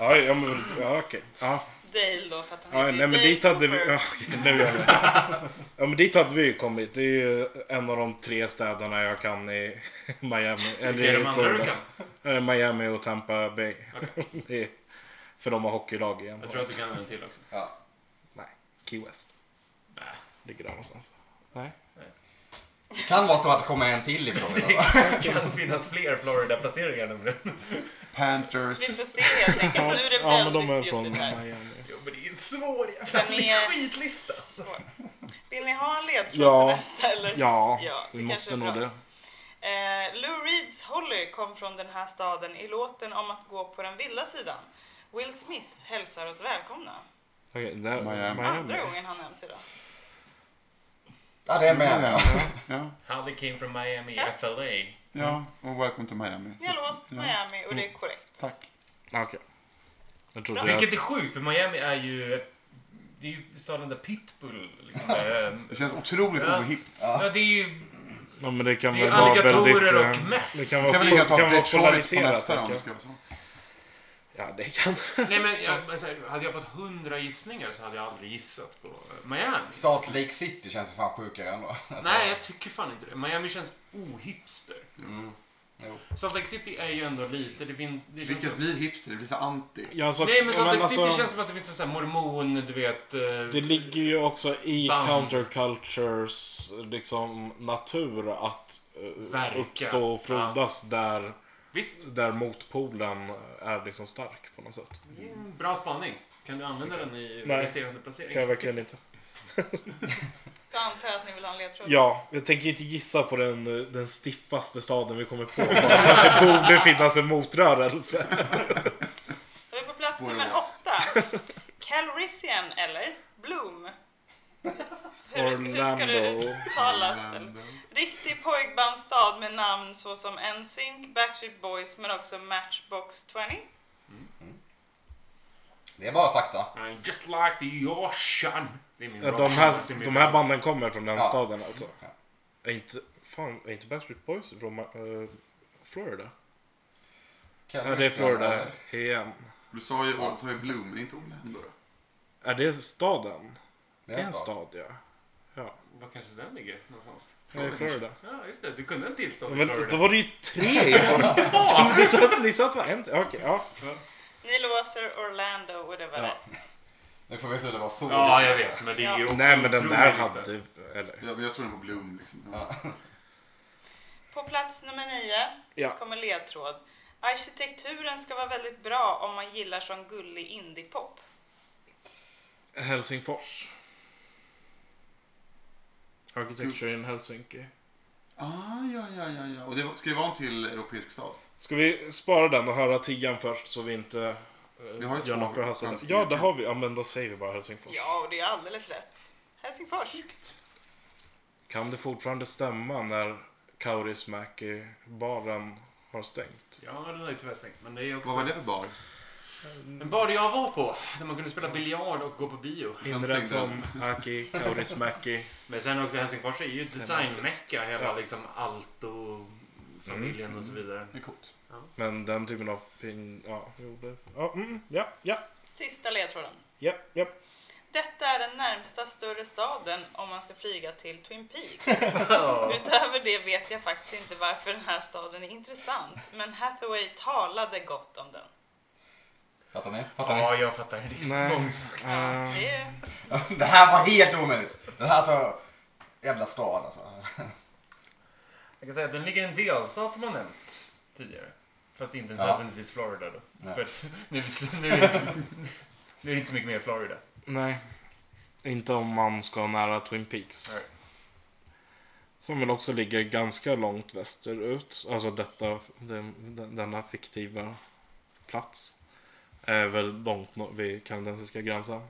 ja, ja, men, ja okej. Ja. Dale då för att han Ja, heter nej, men Dale dit hade vi... Cooper. Ja, okej, nu gör vi det. Ja, men dit hade vi ju kommit. Det är ju en av de tre städerna jag kan i Miami. Eller Det är i de andra du Florida. kan. Eh, Miami och Tampa Bay. Det är- För de har hockeylag igen. Jag tror att du kan en till också. Ja. Nej, Key West. Nej. Ligger där någonstans. Nej. Det kan vara så att det kommer en till ifrån idag. Det kan finnas fler Florida-placeringar nu. Panthers. Vi får se helt enkelt. Nu är det Ja, men de är väldigt från bjuttigt här. Miami. Jo, men det är en svår Den är- jävla skitlista. alltså. Svår. Vill ni ha en ledtråd Ja. på nästa eller? Ja, Ja, det vi kanske måste är nog bra. det. Eh, Lou Reeds Holly kom från den här staden i låten om att gå på den vilda sidan. Will Smith hälsar oss välkomna. Okej, där, Miami. Miami. Andra gången han nämns idag. Ja, det är med. Ja, ja, How they came from Miami, Ja. FLA. ja, och welcome to Miami. Ni har låst ja. Miami och Mm. det är korrekt. Tack. Okej. Jag trodde jag... Vilket är sjukt, för Miami är ju... Det är ju staden där Pitbull liksom, är- Det känns otroligt Ja. ohippt. Ja, det är ju Ja, men det kan Det är väl vara alligatorer väldigt... och eh, meth. Det kan Kan vara, vi lika kan ta vara Detroit på polariserat. nästa om tänker det jag. ska vara så. Ja, det kan Nej, men jag, men så här, hade jag fått hundra gissningar så hade jag aldrig gissat på eh, Miami. Salt Lake City känns fan sjukare ändå. Alltså, Nej, jag tycker fan inte det. Miami känns ohipster. Mm. Jo. Salt Lake City är ju ändå lite... Det finns... Det känns Vilket som, blir hipster, det blir så anti. Ja, alltså, nej, men Salt Lake alltså, City känns som att det finns en sån här mormon, du vet... eh, Det ligger ju också i Band. countercultures liksom, natur att eh, Verka. uppstå och frodas där, Visst, där motpolen är liksom stark på något sätt. det är en bra spaning. Kan du använda den i Nej. resterande kan jag placering? verkligen inte. Då antar jag att ni vill ha en ledtråd. Ja, jag tänker inte gissa på den, eh, den stiffaste staden vi kommer på. Bara för att det borde finnas en motrörelse. Då är vi på plats Borås. nummer åtta. Calrissian eller Bloom. Hur, hur ska det Orlando. uttalas? eller? Riktig pojkbandsstad med namn såsom NSYNC, Backstreet Boys men också Matchbox 20. Det är bara fakta. I'm just like the ocean. Det är min Ja, rock- De det är här, min de här rock- banden kommer från den Ja. staden alltså. Ja. Är inte, fan, är inte Backstreet Boys från eh, Florida? Kan du Ja, det är lyssna? Florida igen. Du sa ju, du sa ju Bloom, men inte Orlando då? Är det staden? Det är en stad. ja. Ja, Var kanske den ligger någonstans? det är Florida. Ja, just det. Du kunde en till stad i Men då Florida. var det ju tre i Florida. Ni sa att- Ni sa att det var en till. Okej, ja. Ni låser Orlando och det var Ja. rätt. Nu får vi se, det var så Ja, vi jag ser. vet. Men det är ju Ja. också Nej, men den otroligt där lista. hade... Typ, Eller? Ja, men jag tror den var Bloom liksom. Ja. På plats nummer nio Ja. kommer ledtråd. Arkitekturen ska vara väldigt bra om man gillar sån gullig indiepop. Helsingfors. Architecture in Helsinki. Ah, ja, ja, ja, ja. Och det var- ska ju vara en till europeisk stad. Ska vi spara den och höra tian först så vi inte eh, Vi har ju gör två något förhastat? chanser. Ja, det har vi. Ja, men då säger vi bara Helsingfors. Ja, och det är alldeles rätt. Helsingfors. Kan det fortfarande stämma när Kaurismäki-baren har stängt? Ja, den är ju tyvärr stängt. Men det är också... Vad var det för bar? En bar jag var på, där man kunde spela biljard och gå på bio. Inredd som stängde Aki Kaurismäki. Men sen också Helsingfors är ju ett designmecka. Hela Ja. Mm. liksom Alto-familjen och så vidare. Det är coolt. Men den typen av fin... Ja, gjorde... Ja, mm, ja, ja, Sista ledtråden. ja, ja. Detta är den närmsta större staden om man ska flyga till Twin Peaks. Utöver det vet jag faktiskt inte varför den här staden är intressant, men Hathaway talade gott om den. Fattar ni? Fattar ni? Ja, jag fattar. Det är Nej. så långsamt. Eh, Det är Det här var helt omöjligt. Den här så... Jävla stad alltså. Jag kan säga att den ligger i en delstat som har nämnts tidigare. Fast inte Ja. nödvändigtvis Florida då. Nej. För att nu, nu, är det, nu är det inte så mycket mer Florida. Nej. Inte om man ska nära Twin Peaks. Nej. Som väl också ligger ganska långt västerut. Alltså detta, den, den- denna fiktiva plats. Är väl långt no- vid kanadensiska gränsen.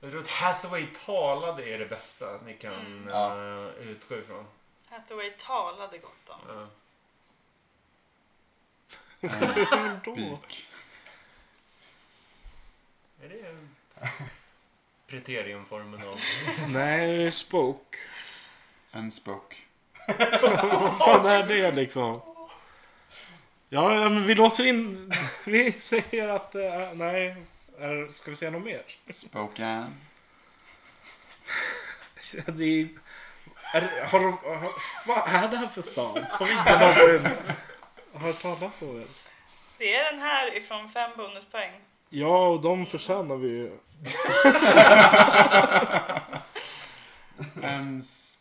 Jag tror att Hathaway talade är det bästa ni kan Mm. Ja. eh, utgå ifrån. Hathaway talade gott om. Ja. Oh. Då. Är det preteriumformen av... Nej, det är spoke. En spoke. Vad fan är det liksom? Ja, ja, men vi låser in. Vi säger att, eh, nej. Är, ska vi säga något mer? Spoken. Det är, är, har de, har, vad är det här för stad som vi inte någonsin har hört talas om ens? Det är den här ifrån fem bonuspoäng. Ja, och de förtjänar vi ju. En, s-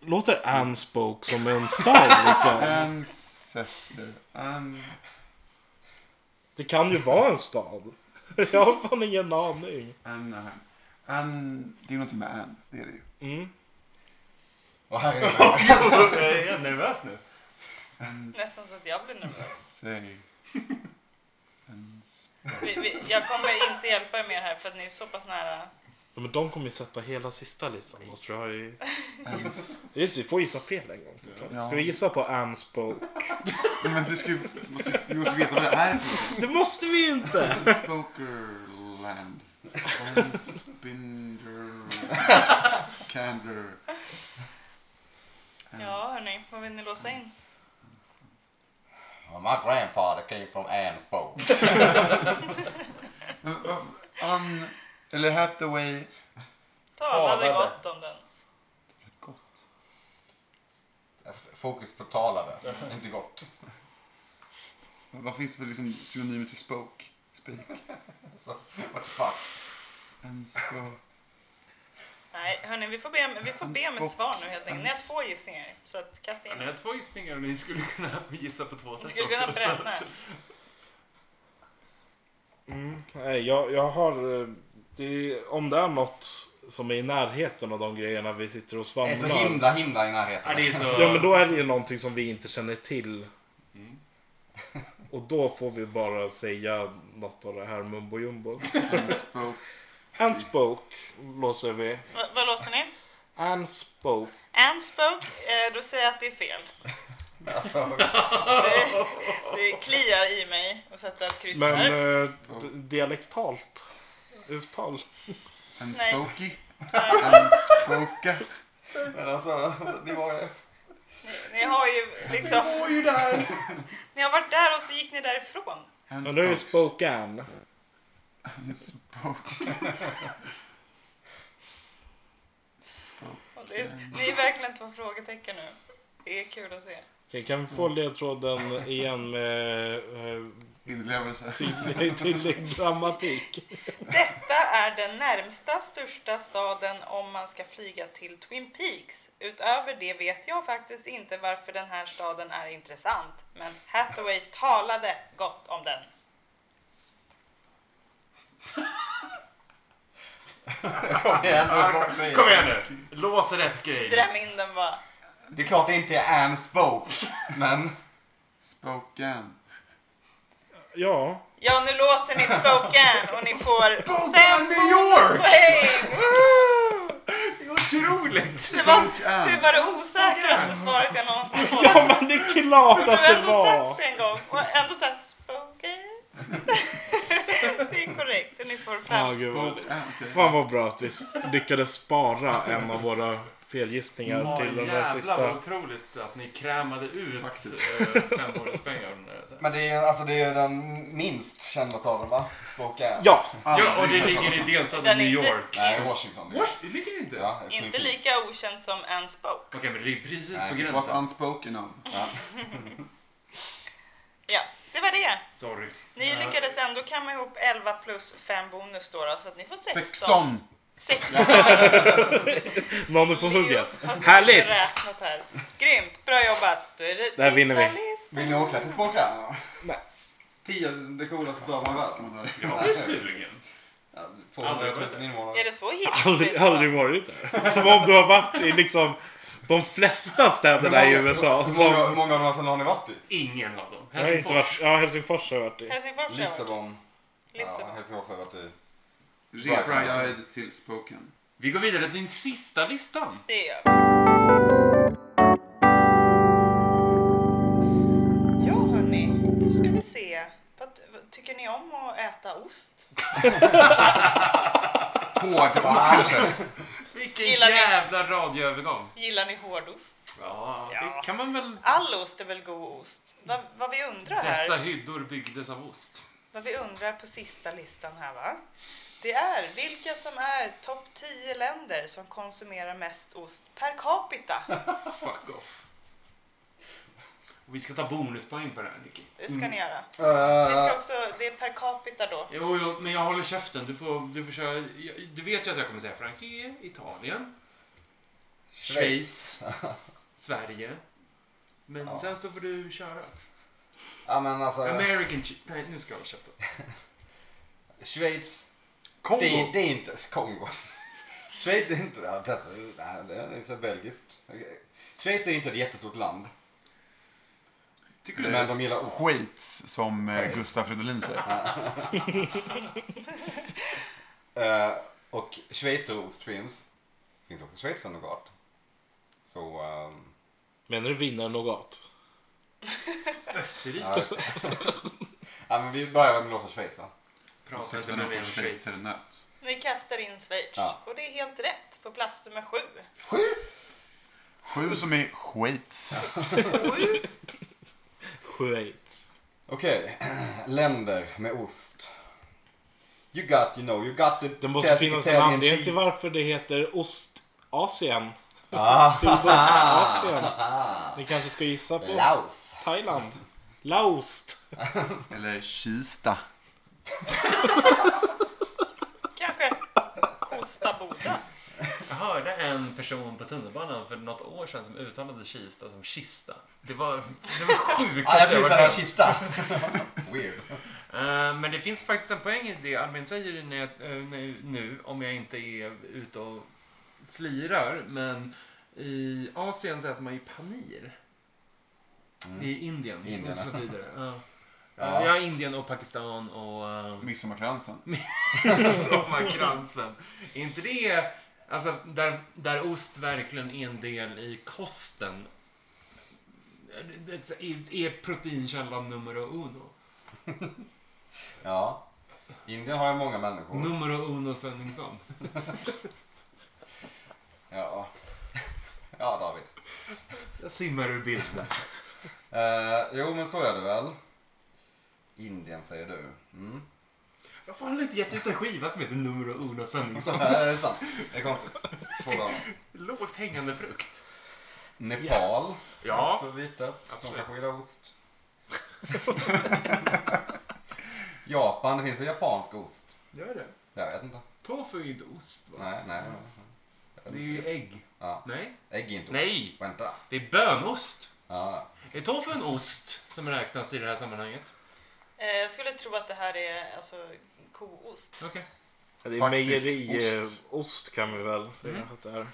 Låter Anspoke som en stad liksom? ancestor. En... Det kan ju vara en stad. Jag har fan ingen aning. Anaheim. An... Det är någonting med Ann. Det är det ju. Mm. Och här är det. jag är nervös nu. Nästan så att jag blir nervös. Säg. En... s- Vi, vi, jag kommer inte hjälpa er mer här för att ni är så pass nära. Ja, men de kommer ju sätta hela sista listan. Då tror jag ju... En... s- Just det, vi får gissa fel en gång. Ja. Ska vi gissa på Anspoke? Nej, Men det ska ju... måste ju- Vi måste veta vad det är för någonting. Det måste vi ju inte! Spokerland. En spinder... Candor. En Ja, hörni, vad vill ni låsa in? My grandfather came from Ansbo. Men, vad- Ann... Eller Hathaway. Talade Talade. gott om den. Gott. Fokus på talade. Inte gott. Men Vad finns det för liksom synonymer till spoke? Speak. Så, what the fuck. En spoke. Nej, hörni, vi får be om, vi får be om ett svar nu helt enkelt. Ni har två gissningar, så att kasta Ja, in ni har två gissningar och ni skulle kunna gissa på två Ni sätt skulle kunna också. så bränna. att- Mm, nej, jag, jag har... eh, Det är, om det är något som är i närheten av de grejerna vi sitter och Det är så svamlar. himla, himla i Ja, det närheten. är så... Ja, men då är det ju någonting som vi inte känner till. Mm. Och då får vi bara säga något av det här mumbo jumbo. En spoke. Anspoke låser vi. Va, vad låser ni? Anspoke. Anspoke, eh, då säger jag att det är fel. Alltså, Det, det kliar i mig att sätta ett kryss Men där. eh, d- dialektalt uttal. En Nej. spooky. Nej. En spoka. men alltså, det var ju... Ni har ju liksom... Ni var ju där! Ni har varit där och så gick ni därifrån. En Och nu är det spoke. spoken. En spoke. Och det, ni är verkligen två frågetecken nu. Det är kul att se. Okej, Kan vi få Mm. ledtråden igen med eh, Inlevelse. tydlig, tydlig grammatik? Detta är den närmsta största staden om man ska flyga till Twin Peaks. Utöver det vet jag faktiskt inte varför den här staden är intressant. Men Hathaway talade gott om den. Kom igen nu. Kom igen nu! Lås rätt grej. Dräm in den bara. Det är klart det inte är Anne Spoke, men... Spoken. Ja. Ja, nu låser ni Spokane och ni får Spoken fem New York! poäng! Woo! Otroligt! Det var, Spokane. det var det osäkraste svaret jag någonsin har fått. Ja men det är klart Du att har det ändå sagt var. det en gång och ändå såhär Spokane. Det är korrekt och ni får fem. Ja, gud, vad- Ah, okej. Fan vad bra att vi s- lyckades spara en av våra felgissningar Ja, till den där jävlar vad sista. otroligt att ni krämade ut Tack. eh, 500-pengar. Men det är, ju- alltså, det är ju den minst kända staden, va? Spoke är... Ja, Ah, Ja, och det ligger i delstaten Den är New inte- York. Nej, Washington. Wash, det ligger inte? Ja, jag tror Inte lika okänt som en spoke. Okej, men det är precis Nej, på det Was gränsen. unspoken of. Ja, det var det. Sorry. Ni Ja. lyckades ändå kamma ihop 11 plus 5 bonus då, då så att ni får 16. 16. 16. någon är på hugget. Har suttit och Härligt! räknat här. Grymt, bra jobbat. Då är det Där sista vinner vi. listan. Vill ni åka till Spoke? Nej. Tionde coolaste staden i Ska världen. man dra- Jag blir sugen. Ja, 200 000 Är invånare. det så hittills? Aldrig, aldrig varit där. Som om du har varit i liksom de flesta städerna i USA. Hur många, Som... hur många av de här städerna har ni varit i? Ingen av dem. Jag har inte varit, ja, Helsingfors har jag varit i. Helsingfors har jag varit. Lissabon. Ja, Lissabon. Helsingfors har jag varit i. Resa guide till spoken. Vi går vidare till den sista listan. Det gör vi. Ja, hörni. Nu ska vi se. Vad, vad, tycker ni om att äta ost? Hårdvast kanske? Vilken Gillar ni? jävla radioövergång. Gillar ni hårdost? Ja, Ja. det kan man väl... All ost är väl god ost? Vad, vad vi undrar här. Dessa hyddor byggdes av ost. Vad vi undrar på sista listan här va? Det är vilka som är topp 10 länder som konsumerar mest ost per capita. Fuck off. Och vi ska ta bonuspoäng på det här, Nicky. Det ska ni göra. Vi ska Eh, också, det är per capita då. Jo, jo, men jag håller käften. Du får, du får köra... jag- Du vet ju att jag kommer säga Frankrike, Italien, Schweiz, Sverige. Men Ja. sen så får du köra. Ja men alltså, American cheese. Nej, nu ska jag hålla käften. Schweiz. Kongo. Det, är- det är inte Kongo. Schweiz är inte, ja, det är, nej, det är så belgiskt. Okej. Schweiz är inte ett jättestort land, Tycker du? men de gillar ost. Skits, Eh, som eh, Gustav Fridolin säger. Eh, och schweizerost finns. Finns också schweizernougat. Så, ehm, Menar du vinnarnougat? Österrike. ja, just det. ja men vi börjar med låsa Schweiz då. Pratar inte Syftar med mig om nog på Schweiz. schweizernöt. Ni kastar in Schweiz Ja. och det är helt rätt på plats nummer sju. Sju som är skits. Schweiz. Okej, länder med ost. You got, you know, you got the Det måste best finnas en Italian anledning cheese. till varför det heter Ostasien. Sydostasien. Ni kanske ska gissa på Laos. Thailand. Laost. Eller Kista. Kanske Kosta Boda. Jag hörde en person på tunnelbanan för något år sedan som uttalade Kista som Kista. Det var det var Ah, jag sjukaste blir jag varit där med och kista. Weird. Eh, Men det finns faktiskt en poäng i det Albin säger när jag, eh, nu- nu, om jag inte är ute och slirar. Men i Asien så äter man ju panir. I Indien Indien, och så ja. vidare. Ja. Ja. Ja, Indien och Pakistan och... eh, Midsommarkransen. Sommarkransen. Är inte det... Alltså, där, där ost verkligen är en del i kosten. Det är- är proteinkällan numero uno. Ja. Indien har ju många människor. Numero uno Svenningsson. Ja. Ja, David. Jag simmar ur bilden. Eh, jo, men så är det väl. Indien säger du. Mm. Varför har ni inte gett ut en skiva som heter Numero uno Så Svenningsson? här är Eh, det sant. Det är konstigt. Fråga om Lågt hängande frukt. Alltså, Nepal. Ja. Också Alltså vitet. De absolut. kanske gillar ost. Japan. Det finns väl japansk ost? Gör det. Jag vet inte. Tofu är ju inte ost, va? Nej, nej. Det är ju ägg. Ja. Nej. Ägg är inte ost. Nej! Vänta. Det är bönost. Ja. Är tofu en ost som räknas i det här sammanhanget? Eh, Jag skulle tro att det här är alltså, koost. Okej. Det är Faktisk mejeriost ost. ost kan vi väl säga att det är.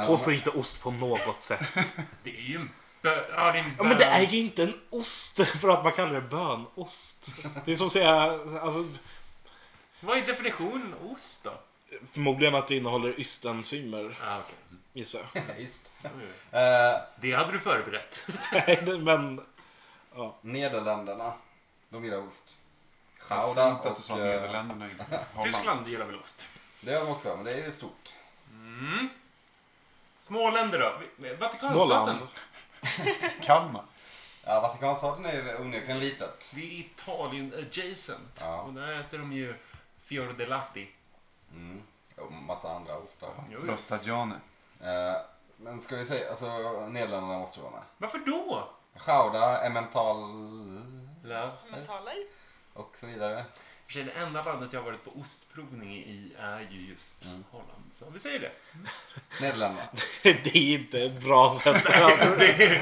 Eh, Tofu är inte ost på något sätt. Det är ju en bö... Ja, det är en Ja, men det är ju inte en ost för att man kallar det bönost. Det är som att säga, alltså, Vad är definitionen av ost då? förmodligen att det innehåller ystenzymer Ah, okay. gissar jag. ja, Visst. Eh, Det hade du förberett. Nej, det- Men Nederländerna. De gillar ost. Gouda Fint att du och... sa eh, Nederländerna. Holland. Tyskland gillar väl ost? Det gör de också, men det är ju stort. Småländer då? Vi- Vatikanstaten? Småland. Kalmar. Ja, Vatikanstaten är ju onekligen litet. Det är Italien adjacent. Ja. Och där äter de ju fior de latti. Mm. Och massa andra ostar. Jo, jo. Rostagione. Eh, men ska vi säga, alltså Nederländerna måste vara med. Varför då? Gouda, emmental Lär. Mentaler? och så vidare. För sig, det enda landet jag har varit på ostprovning i är ju just Holland. Så vi säger det. Nederländerna. det är inte ett bra sätt.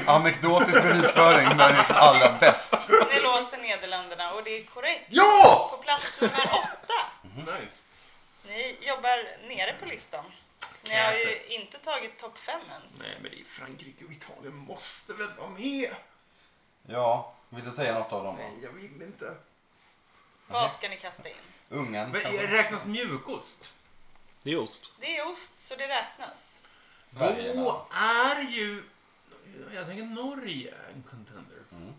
Anekdotisk bevisföring där ni är som allra bäst. Ni låser Nederländerna och det är korrekt. Ja! På plats nummer åtta. Nice. Ni jobbar nere på listan. Ni har ju Knäset. inte tagit topp fem ens. Nej, men det är Frankrike och Italien måste väl vara med? Ja, vill du säga något av dem då? Nej, jag vill inte. Vad ska ni kasta in? Ungern Men kanske? räknas mjukost? Det är ost. Det är ost, så det räknas. Sverige? Då är ju... Jag tänker Norge är en contender. Mm.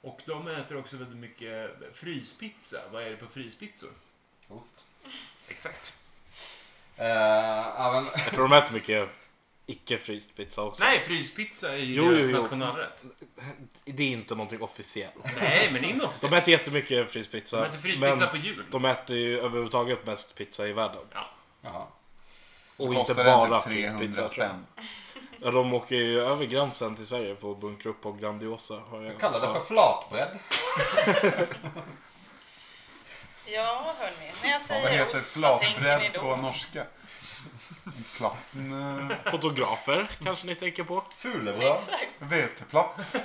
Och de äter också väldigt mycket fryspizza. Vad är det på fryspizzor? Ost. Exakt. Eh, även... Jag tror de äter mycket icke fryst pizza också. Nej, fryspizza är ju Jo, deras jo, jo. nationalrätt. Det är inte någonting officiellt. Nej, men De inofficiellt. äter jättemycket fryst pizza. De äter fryspizza men på jul. de äter ju överhuvudtaget mest pizza i världen. Ja. Jaha. Och Kostar inte den typ bara fryst 300 pizza. tror jag. spänn. Ja, de åker ju över gränsen till Sverige för att bunkra upp på Grandiosa. Har jag. Kalla det för flatbredd. Ja, hörni. När jag Vad säger heter ost, vad tänker ni flatbredd på då? norska? Platten... eh, Fotografer kanske ni tänker på. Fulebröd. Exakt. Veteplatt.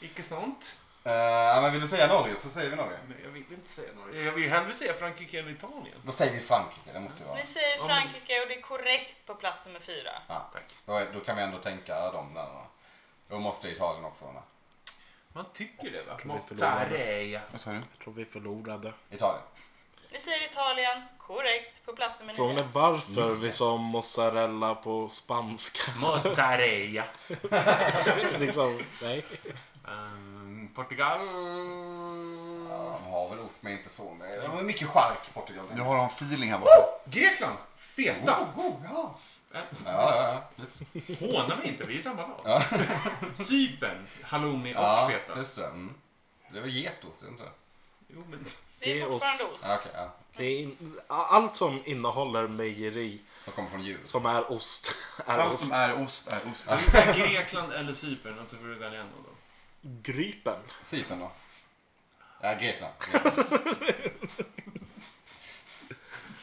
Icke sant? Eh, ja, men vill du säga Norge så säger vi Norge. Men jag vill inte säga Norge. Jag vill hellre säga Frankrike än Italien. Då säger vi Frankrike, det måste ju vara. Ni säger Frankrike och det är korrekt på plats nummer fyra. Ja. Tack. Då, är, då kan vi ändå tänka de länderna. Då måste Italien också vara med. Man tycker det, va? Tror vi förlorar. Mozzarella. Vad sa du? Jag tror vi förlorade. Italien. Ni säger Italien, korrekt på plats nummer Frågan är nio. varför vi sa mozzarella på spanska. Mozzarella. liksom, nej. Ehm, Portugal. Mm. Ja, de har väl ost men inte så. med- De har mycket chark Portugal. Nu har de feeling här borta. Grekland. Feta. Oh, oh, ja. Äh, Ja, ja, ja. Visst. Håna mig inte, vi är i samma lag. Cypern. Halloumi och ja feta. just det. Mm. Det är väl getost, är det inte det? Jo, men... Det Det är är ost. fortfarande ost. Ja, okej, ja. Det är in, allt som innehåller mejeri Som kommer från djur. som är ost är Allt ost. som är ost är ost. Det är så här, Grekland eller Cypern, och så får du välja en av dem. Grypen. Cypern då? Ja, Grekland. Grekland.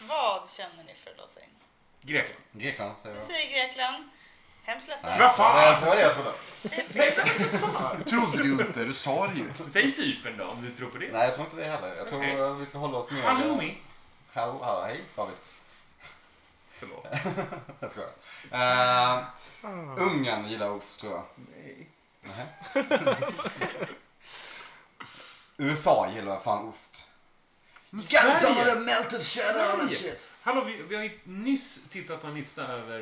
Vad känner ni för att låsa in? Grekland. Grekland säger Ni jag. säger Grekland. Hemskt ledsen. Nej, Vad fan? Det var det jag trodde. Det trodde du inte, du sa det ju. Säg Cypern då, om du tror på det. Nej, jag tror inte det heller. Jag tror Okej. att vi ska hålla oss med... Halloumi. Hallå, hallå, hej David. Förlåt. Eh, Jag skojar. Uh, Ungern gillar ost tror jag. Ah. Nej. Nähä. USA gillar fan ost. Men Got some of Sverige! the melted cheddar on that shit. Hallå, vi, vi har ju nyss tittat på en lista över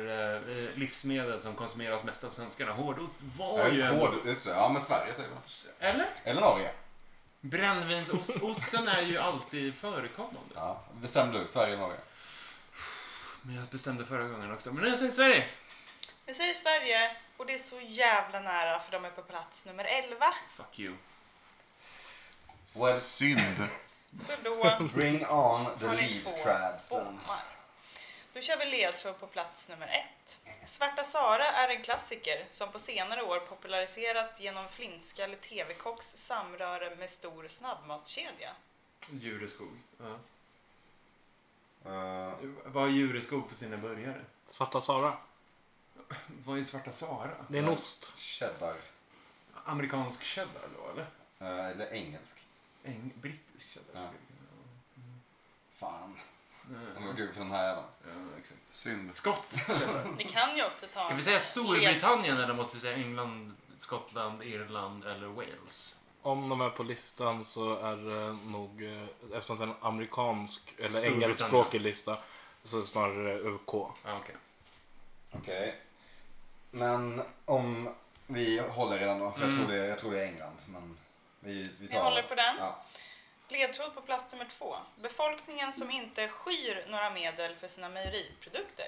eh, livsmedel som konsumeras mest av svenskarna. Hårdost var ju Ja, en... hård, just det. Ja, men Sverige säger man. Eller? Eller Norge. Brännvinsost. Osten är ju alltid förekommande. Ja, bestämde du. Sverige eller Norge? Men jag bestämde förra gången också. Men nu säger jag Sverige. Vi säger Sverige och det är så jävla nära för de är på plats nummer 11. Fuck you. Well, Synd. Så då bring on the har ni lead två trads then. bommar. Då kör vi ledtråd på plats nummer ett. Svarta Sara är en klassiker som på senare år populariserats genom flintskallig TV-kocks samröre med stor snabbmatskedja. Djureskog. Ja. Eh, Vad har Djureskog på sina burgare? Svarta Sara. Vad är Svarta Sara? Det är en ost. cheddar. Amerikansk cheddar då, eller? Eh, eller engelsk. Eng brittisk cheddar. Ja. skulle Fan. jag Om kunna- jag Ja, går på den här jäveln. ja, exakt. Synd. Skotsk cheddar. Ni kan ju också ta... Kan vi säga Storbritannien eller måste vi säga England, Skottland, Irland eller Wales? Om de är på listan så är det nog, eh, eftersom det är en amerikansk eller Storbritannien. engelskspråkig lista, så är det snarare UK. Ja, okej. Okej. Men om vi håller redan då. För jag, tror det, jag tror det är England. Men vi, vi Ni tar... håller på den? Ja. Ledtråd på plats nummer två. Befolkningen som inte skyr några medel för sina mejeriprodukter.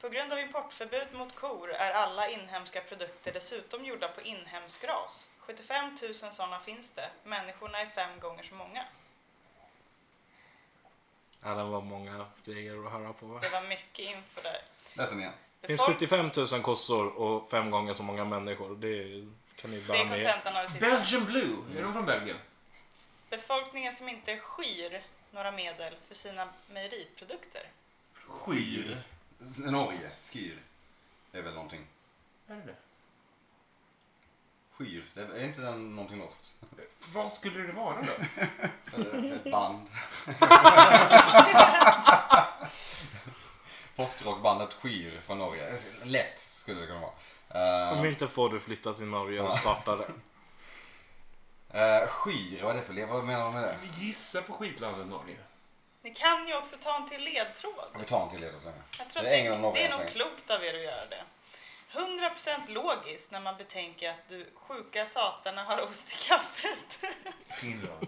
På grund av importförbud mot kor är alla inhemska produkter dessutom gjorda på inhemsk ras. 75 000 sådana finns det. Människorna är fem gånger så många. Ja, det var många grejer att höra på. Va? Det var mycket info där. Läs den igen. Det finns Befolk- 75 000 kossor och fem gånger så många människor. Det kan ni det är bära med er. kontentan av det sista. Belgian Blue. Är de från Belgien? Befolkningen som inte skyr några medel för sina mejeriprodukter. Skyr. S- Norge. Skyr. Det är väl någonting. Är det det? Skyr. Det är, är inte den någonting lost? Vad skulle det vara då? Eller Ett band. Postrockbandet Skyr från Norge. Lätt skulle det kunna vara. Eh, Om inte får du flytta till Norge och starta det. eh, skyr, vad är det för le- Vad menar de med det? Ska vi gissa på skitlandet Norge? Ni kan ju också ta en till ledtråd. Vi tar en till ledare så länge. Jag tror Det det är är, England och att det, Norge det är nog än så klokt av er att göra det. 100% logiskt när man betänker att du sjuka satarna har ost i kaffet. Finland.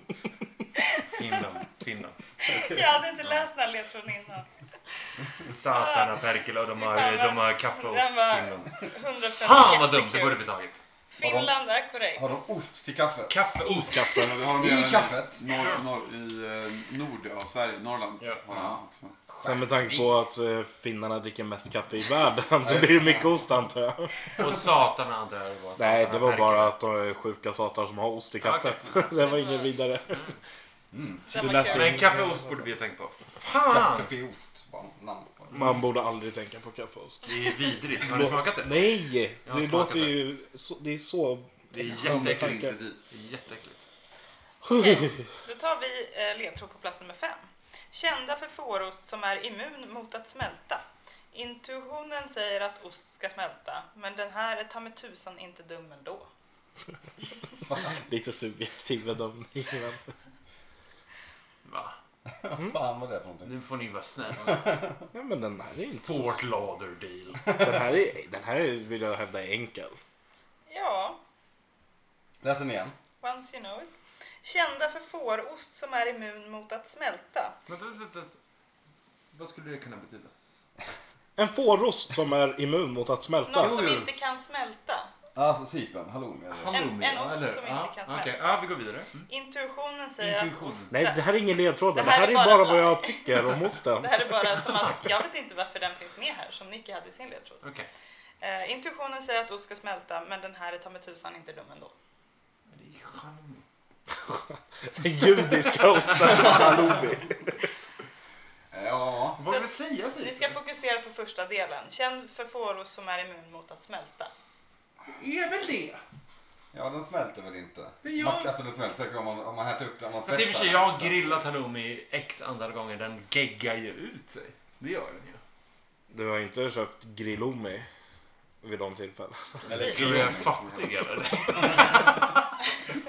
Finland. Finland. Jag hade inte läst den här ledtråden innan. Satana Perkele, de har, Fan, vad- de har kaffeost. den var- Finland. 100% Fan vad dumt, det jättekul. borde vi tagit. Finland är korrekt. Har de ost till kaffe? Kaffeost. Men det har de I även kaffet? Norr, norr, I eh, nord av Sverige, Norrland. Ja. Har de också. Sen med tanke på att eh, finnarna dricker mest kaffe i världen så blir det mycket ost antar jag. Och satana antar jag det var. Nej, Satana det var Perkele. bara att de är sjuka satar som har ost i kaffet. Det var inget vidare. Den du var läste kul. Men kaffeost borde vi ha tänkt på. Kaffe, Fan! kaffeost. Bara namn på det. Man borde aldrig tänka på kaffe och ost. Det är vidrigt. Har ni smakat det? Nej! Jag har Det smakat låter ju... Så, det är så... Det är Det kan jätteäckligt. inte dit. Det är jätteäckligt. Okej, då tar vi eh, ledtråd på plats nummer fem. Kända för fårost som är immun mot att smälta. Intuitionen säger att ost ska smälta, men den här är ta mig tusan inte dum ändå. Lite subjektiv bedömning. men- Va? Mm. Vad fan var det för någonting? Nu får ni vara snälla. Ja, men den här är inte så... Fort Lauderdale. Den här, är, den här är, vill jag hävda är enkel. Ja, Läs den igen. Once you know it. Kända för fårost som är immun mot att smälta. Vänta, vänta, vänta. Vad skulle det kunna betyda? En fårost som är immun mot att smälta. Något som jo. inte kan smälta. Alltså Cypern, halloumi. eller? Halloumi, en ost eller? som inte Ja, kan smälta. Okej, ja, vi går vidare. Mm. Intuitionen säger Intuition. att ost... Nej, det här är ingen ledtråd. Det här, är bara, vad jag tycker om osten. Det här är bara som att... Jag vet inte varför den finns med här, som Nicky hade i sin ledtråd. Okej. Eh, intuitionen säger att ost ska smälta, men den här är ta mig tusan inte dum ändå. Men det är ju halloumi. Den judiska osten. Halloumi. Ja. Vad vill det säga? Ni säger ska du? fokusera på första delen. Känd för fårost som är immun mot att smälta. är väl det? ja, den smälter väl inte? Det gör- Man, alltså den smälter säkert om man, om man hettar upp den. Om man För att i och för sig, den. jag har grillat halloumi x antal gånger. Den geggar ju ut sig. Det gör den ju. Du har inte köpt grillomi? vid de tillfällen. Precis. Tror du jag är fattig eller?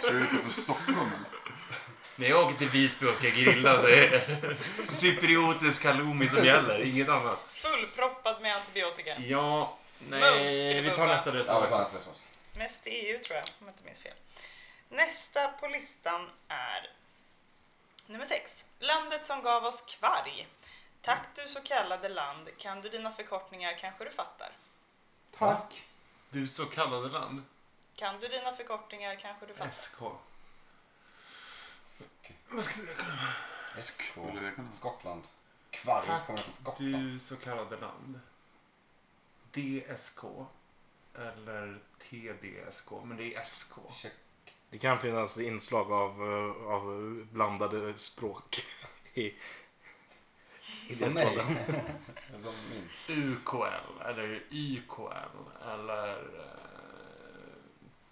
Tror du inte typ för Stockholm eller? När jag åker till Visby och ska grilla så är det cypriotisk halloumi som gäller, inget annat. Fullproppad med antibiotika. Ja, Mums, nej, vi Filippa. tar nästa Ja, ledtråd vad fan också. är det? Mest i EU tror jag, om jag inte minns fel. Nästa på listan är nummer sex. Landet som gav oss kvarg. Tack du så kallade land, kan du dina förkortningar kanske du fattar. Tack. Du så kallade land. Kan du dina förkortningar kanske du fattar. SK. Vad skulle det kunna vara? SK. Skulle det kunna vara? Skottland. Kvarg Tack, kommer från Skottland. Du så kallade land. DSK. Eller TDSK. Men det är SK. Check. Det kan finnas inslag av, eh, av blandade språk i, i Som ledtråden. mig. Som min. UKL. Eller YKL. Eller... Uh,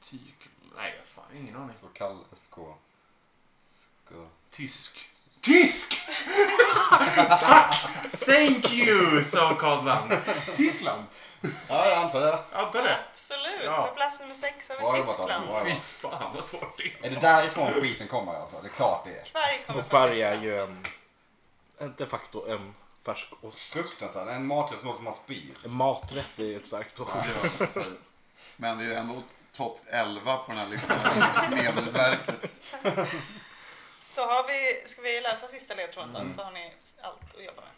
tyk... Nej, fan. Ingen aning. Så kall SK. Sko. Tysk. Tysk! Tack! Thank you, so called land. Tyskland. Ja, jag antar det. Antar det. Absolut, Ja. på plats nummer sex har Bra vi jobbat, Adam. Tyskland. Bra Fy jobbat. fan vad svårt det är. Är det därifrån skiten kommer alltså? Det är klart det är. Kvarg kommer Och från färg är Tyskland. ju en, en, de facto en färsk ost. Fruktansvärt. En maträtt som låter som man spyr. En maträtt är ett starkt ord. Men det är ändå topp 11 på den här listan. Livsmedelsverket. Då har vi, ska vi läsa sista ledtråden Mm. då, så har ni allt att jobba med.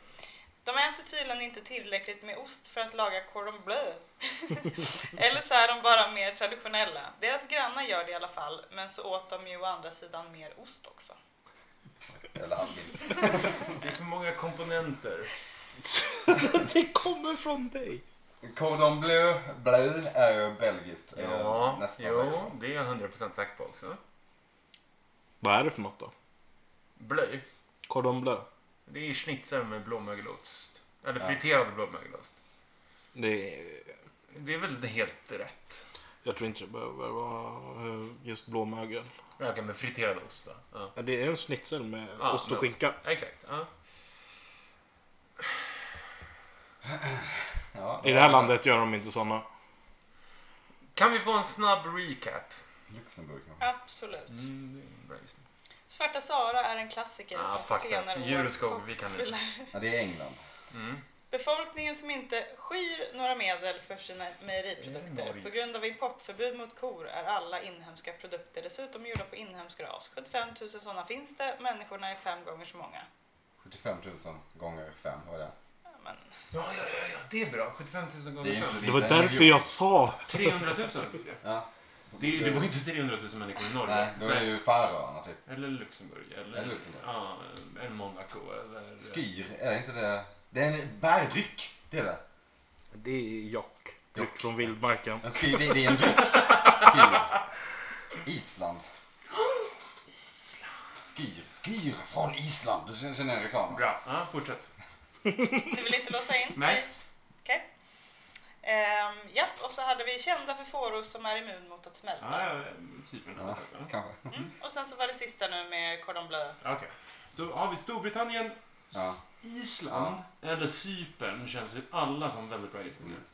De äter tydligen inte tillräckligt med ost för att laga cordon bleu. Eller så är de bara mer traditionella. Deras grannar gör det i alla fall, men så åt de ju å andra sidan mer ost också. Eller albin. Det är för många komponenter. det kommer från dig. Cordon bleu, bleu är ju belgiskt. är jag Ja, nästan säker jo, på. det är jag 100% säker på också. Vad är det för något då? Blöj, Cordon bleu? det är schnitzel med blåmögelost. Eller Ja. friterad blåmögelost. Det är, Det är väl helt rätt. jag tror inte det behöver vara eh, just blåmögel. Okej, men friterad ost då. Ja. Ja, det är en schnitzel med Ja, ost och med skinka. Ja, Exakt. Ja. Ja, I det här landet gör de inte sådana. Kan vi få en snabb recap? Luxemburg kanske. Absolut. Mm, det är en bra gissning. Svarta Sara är en klassiker Ah, som på fuck senare that. år Djur och skog, vi kan inte. Ja, det är England. Befolkningen som inte skyr några medel för sina Det är mejeriprodukter. Norge. På grund av importförbud mot kor är alla inhemska produkter dessutom gjorda på inhemsk ras. 75 000 sådana finns det, människorna är fem gånger så många. 75 000 gånger 5, vad är det? Ja, Men Ja, ja, ja, ja, det är bra. 75 000 Det är gånger inte, 5. Det var inte en därför miljon. jag sa 300 000? Ja. Det, är, ju- det bor inte 300 000 människor i Norge. Nej, då är det ju Färöarna typ. Eller Luxemburg. Eller, Eller Luxemburg. Ja, eller Monaco. Eller, Skyr, är det inte det? Det är en bärdryck, det är det. Det är jock. Tryck från vildmarken. En skyr, det, det är en dryck. Skyr. Island. Skyr. Skyr från Island. Du känner- känner jag reklamen? Bra. Ja, fortsätt. ni vill inte låsa in? Nej. Okej. Ehm, ja, och så hade vi kända för fåror som är immun mot att smälta. Ja, Cypern. Ja, Okej. kanske. Mm. Och sen så var det sista nu med cordon bleu. Så har vi Storbritannien, S- Island eller Cypern känns ju alla som väldigt bra gissningar. Mm.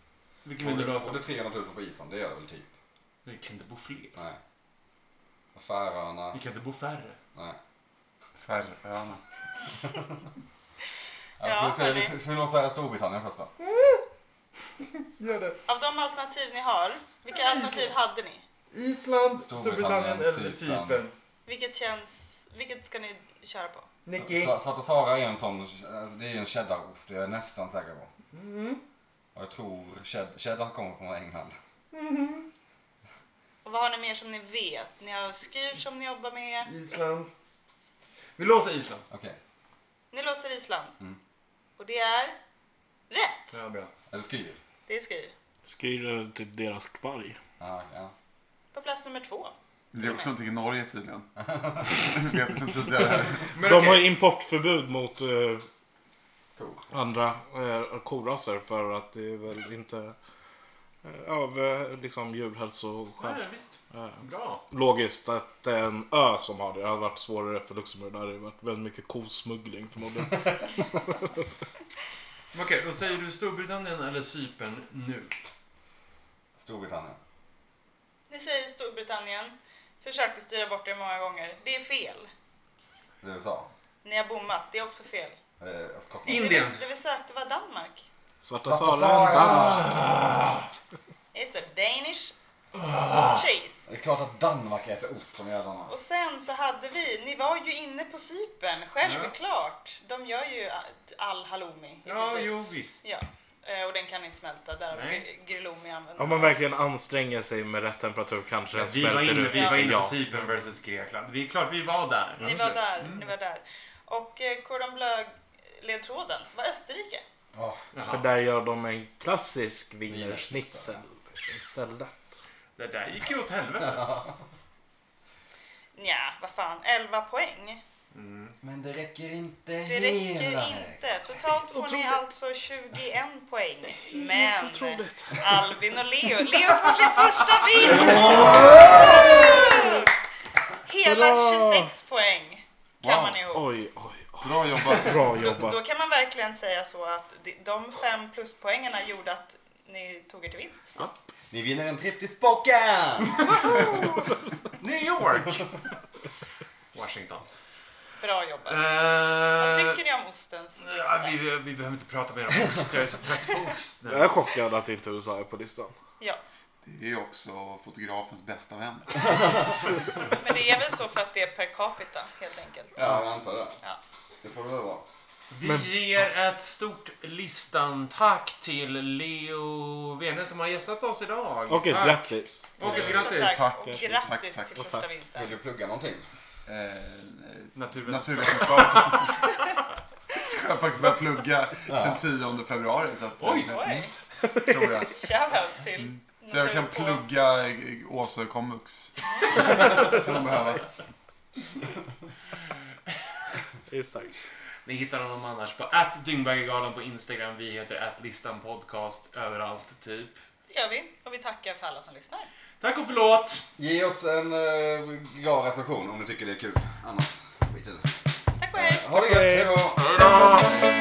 Vilken vill du Och lösa? det är 300 000 på Island, det gör det väl typ? Vi kan inte bo fler. Nej. Och Färöarna? Vi kan inte bo färre. Nej. Färöarna. Ja, Ja, ska vi hörni. säga- ska vi nog säga Storbritannien först då? Av de alternativ ni har, vilka alternativ hade ni? Island, Storbritannien, Cypern. Vilket känns... Vilket ska ni köra på? Nicky. Sva- Svarta Sara är en sån, alltså det är ju en cheddarost, det är jag nästan säker på. Och jag tror ched- cheddar kommer från England. Och vad har ni mer som ni vet? Ni har skyr som ni jobbar med. Island. Vi låser Island. Okej, Ni låser Island. Mm. Och det är rätt! Ja, bra. eller skyr. Det är skyr. Skyr är typ deras kvarg. Ja, ja. På plats nummer två. Det är också någonting i Norge tydligen. Det vet vi sedan tidigare. Men De okej. har ju importförbud mot eh, Kor. andra eh, koraser för att det är väl inte eh, av eh, liksom Ja, djurhälsoskäl. ja, visst. Eh, Bra. logiskt att det är en ö som har det. Det hade varit svårare för Luxemburg. Där hade det varit väldigt mycket kosmuggling förmodligen. Okej, då säger du Storbritannien eller Cypern nu. Storbritannien. Ni säger Storbritannien. Försökte styra bort det många gånger. Det är fel. USA. Ni har bommat. Det är också fel. Eh, alltså Skottland. Indien. Det vi, det vi sökte var Danmark. Svarta Svarta Salen, Sahara. dans. It's a Danish Ah. cheese. Det är klart att Danmark äter ost om jävlarna. Och sen så hade vi, ni var ju inne på Cypern, självklart. De gör ju all halloumi i Ja, princip. jo visst. Ja. Eh, Och den kan inte smälta, där har vi Nej. gr- grillumi använder. Om man verkligen anstränger sig med rätt temperatur kanske den Vi var smälter inne, ut. vi var inne Ja. på Cypern versus Grekland. Vi är klart vi var där. Ni var där, ni var där. Och eh, Cordon Bleu-ledtråden var Österrike. Åh, För Jaha. där gör de en klassisk wienerschnitzel istället. Det där gick ju åt helvete. Nja, vad fan, 11 poäng. Men det räcker inte Det räcker inte. Totalt får ni alltså 21 poäng. Men otroligt. Albin och Leo, Leo får sin första vinst! Hela Hurra! 26 poäng kan man ihop. Oj, oj, oj. Bra jobbat. Bra Då, då jobbat. kan man verkligen säga så att de- de fem pluspoängarna gjorde att ni tog er till vinst. Ni vinner en tripp till Spoken! New York! Washington. Bra jobbat. Vad Eh, tycker ni om ostens ja, lista? vi, vi behöver inte prata mer om ost. Jag är så trött på ost Jag är nu. chockad att inte USA är på listan. Ja, Det är också fotografens bästa vän. men det är väl så för att det är per capita helt enkelt. Ja, jag antar det. Ja. Det får det väl vara. Vi ger ett stort listan-tack till Leo Vene som har gästat oss idag. Och ett Tack. grattis. Och ett Tusen grattis. tack och Tack, eh, grattis tack, till tack. första Vill du vinsten. plugga någonting? Eh, Naturvetenskap. naturvetenskap. Ska jag faktiskt börja plugga den 10 februari. Så att, eh, mm, Oj. Oj, Tror jag. shoutout till Så jag kan Naturbo. plugga eh, Åsö komvux. kan de behöva. Exakt. Ni hittar honom annars på att Dyngbaggegalan på Instagram. Vi heter att listan podcast överallt, typ. Det gör vi och vi tackar för alla som lyssnar. Tack och förlåt! Ge oss en uh, glad recension om du tycker det är kul. Annars, skit i det. Tack och hej! Ha det gött, hejdå! Hej då!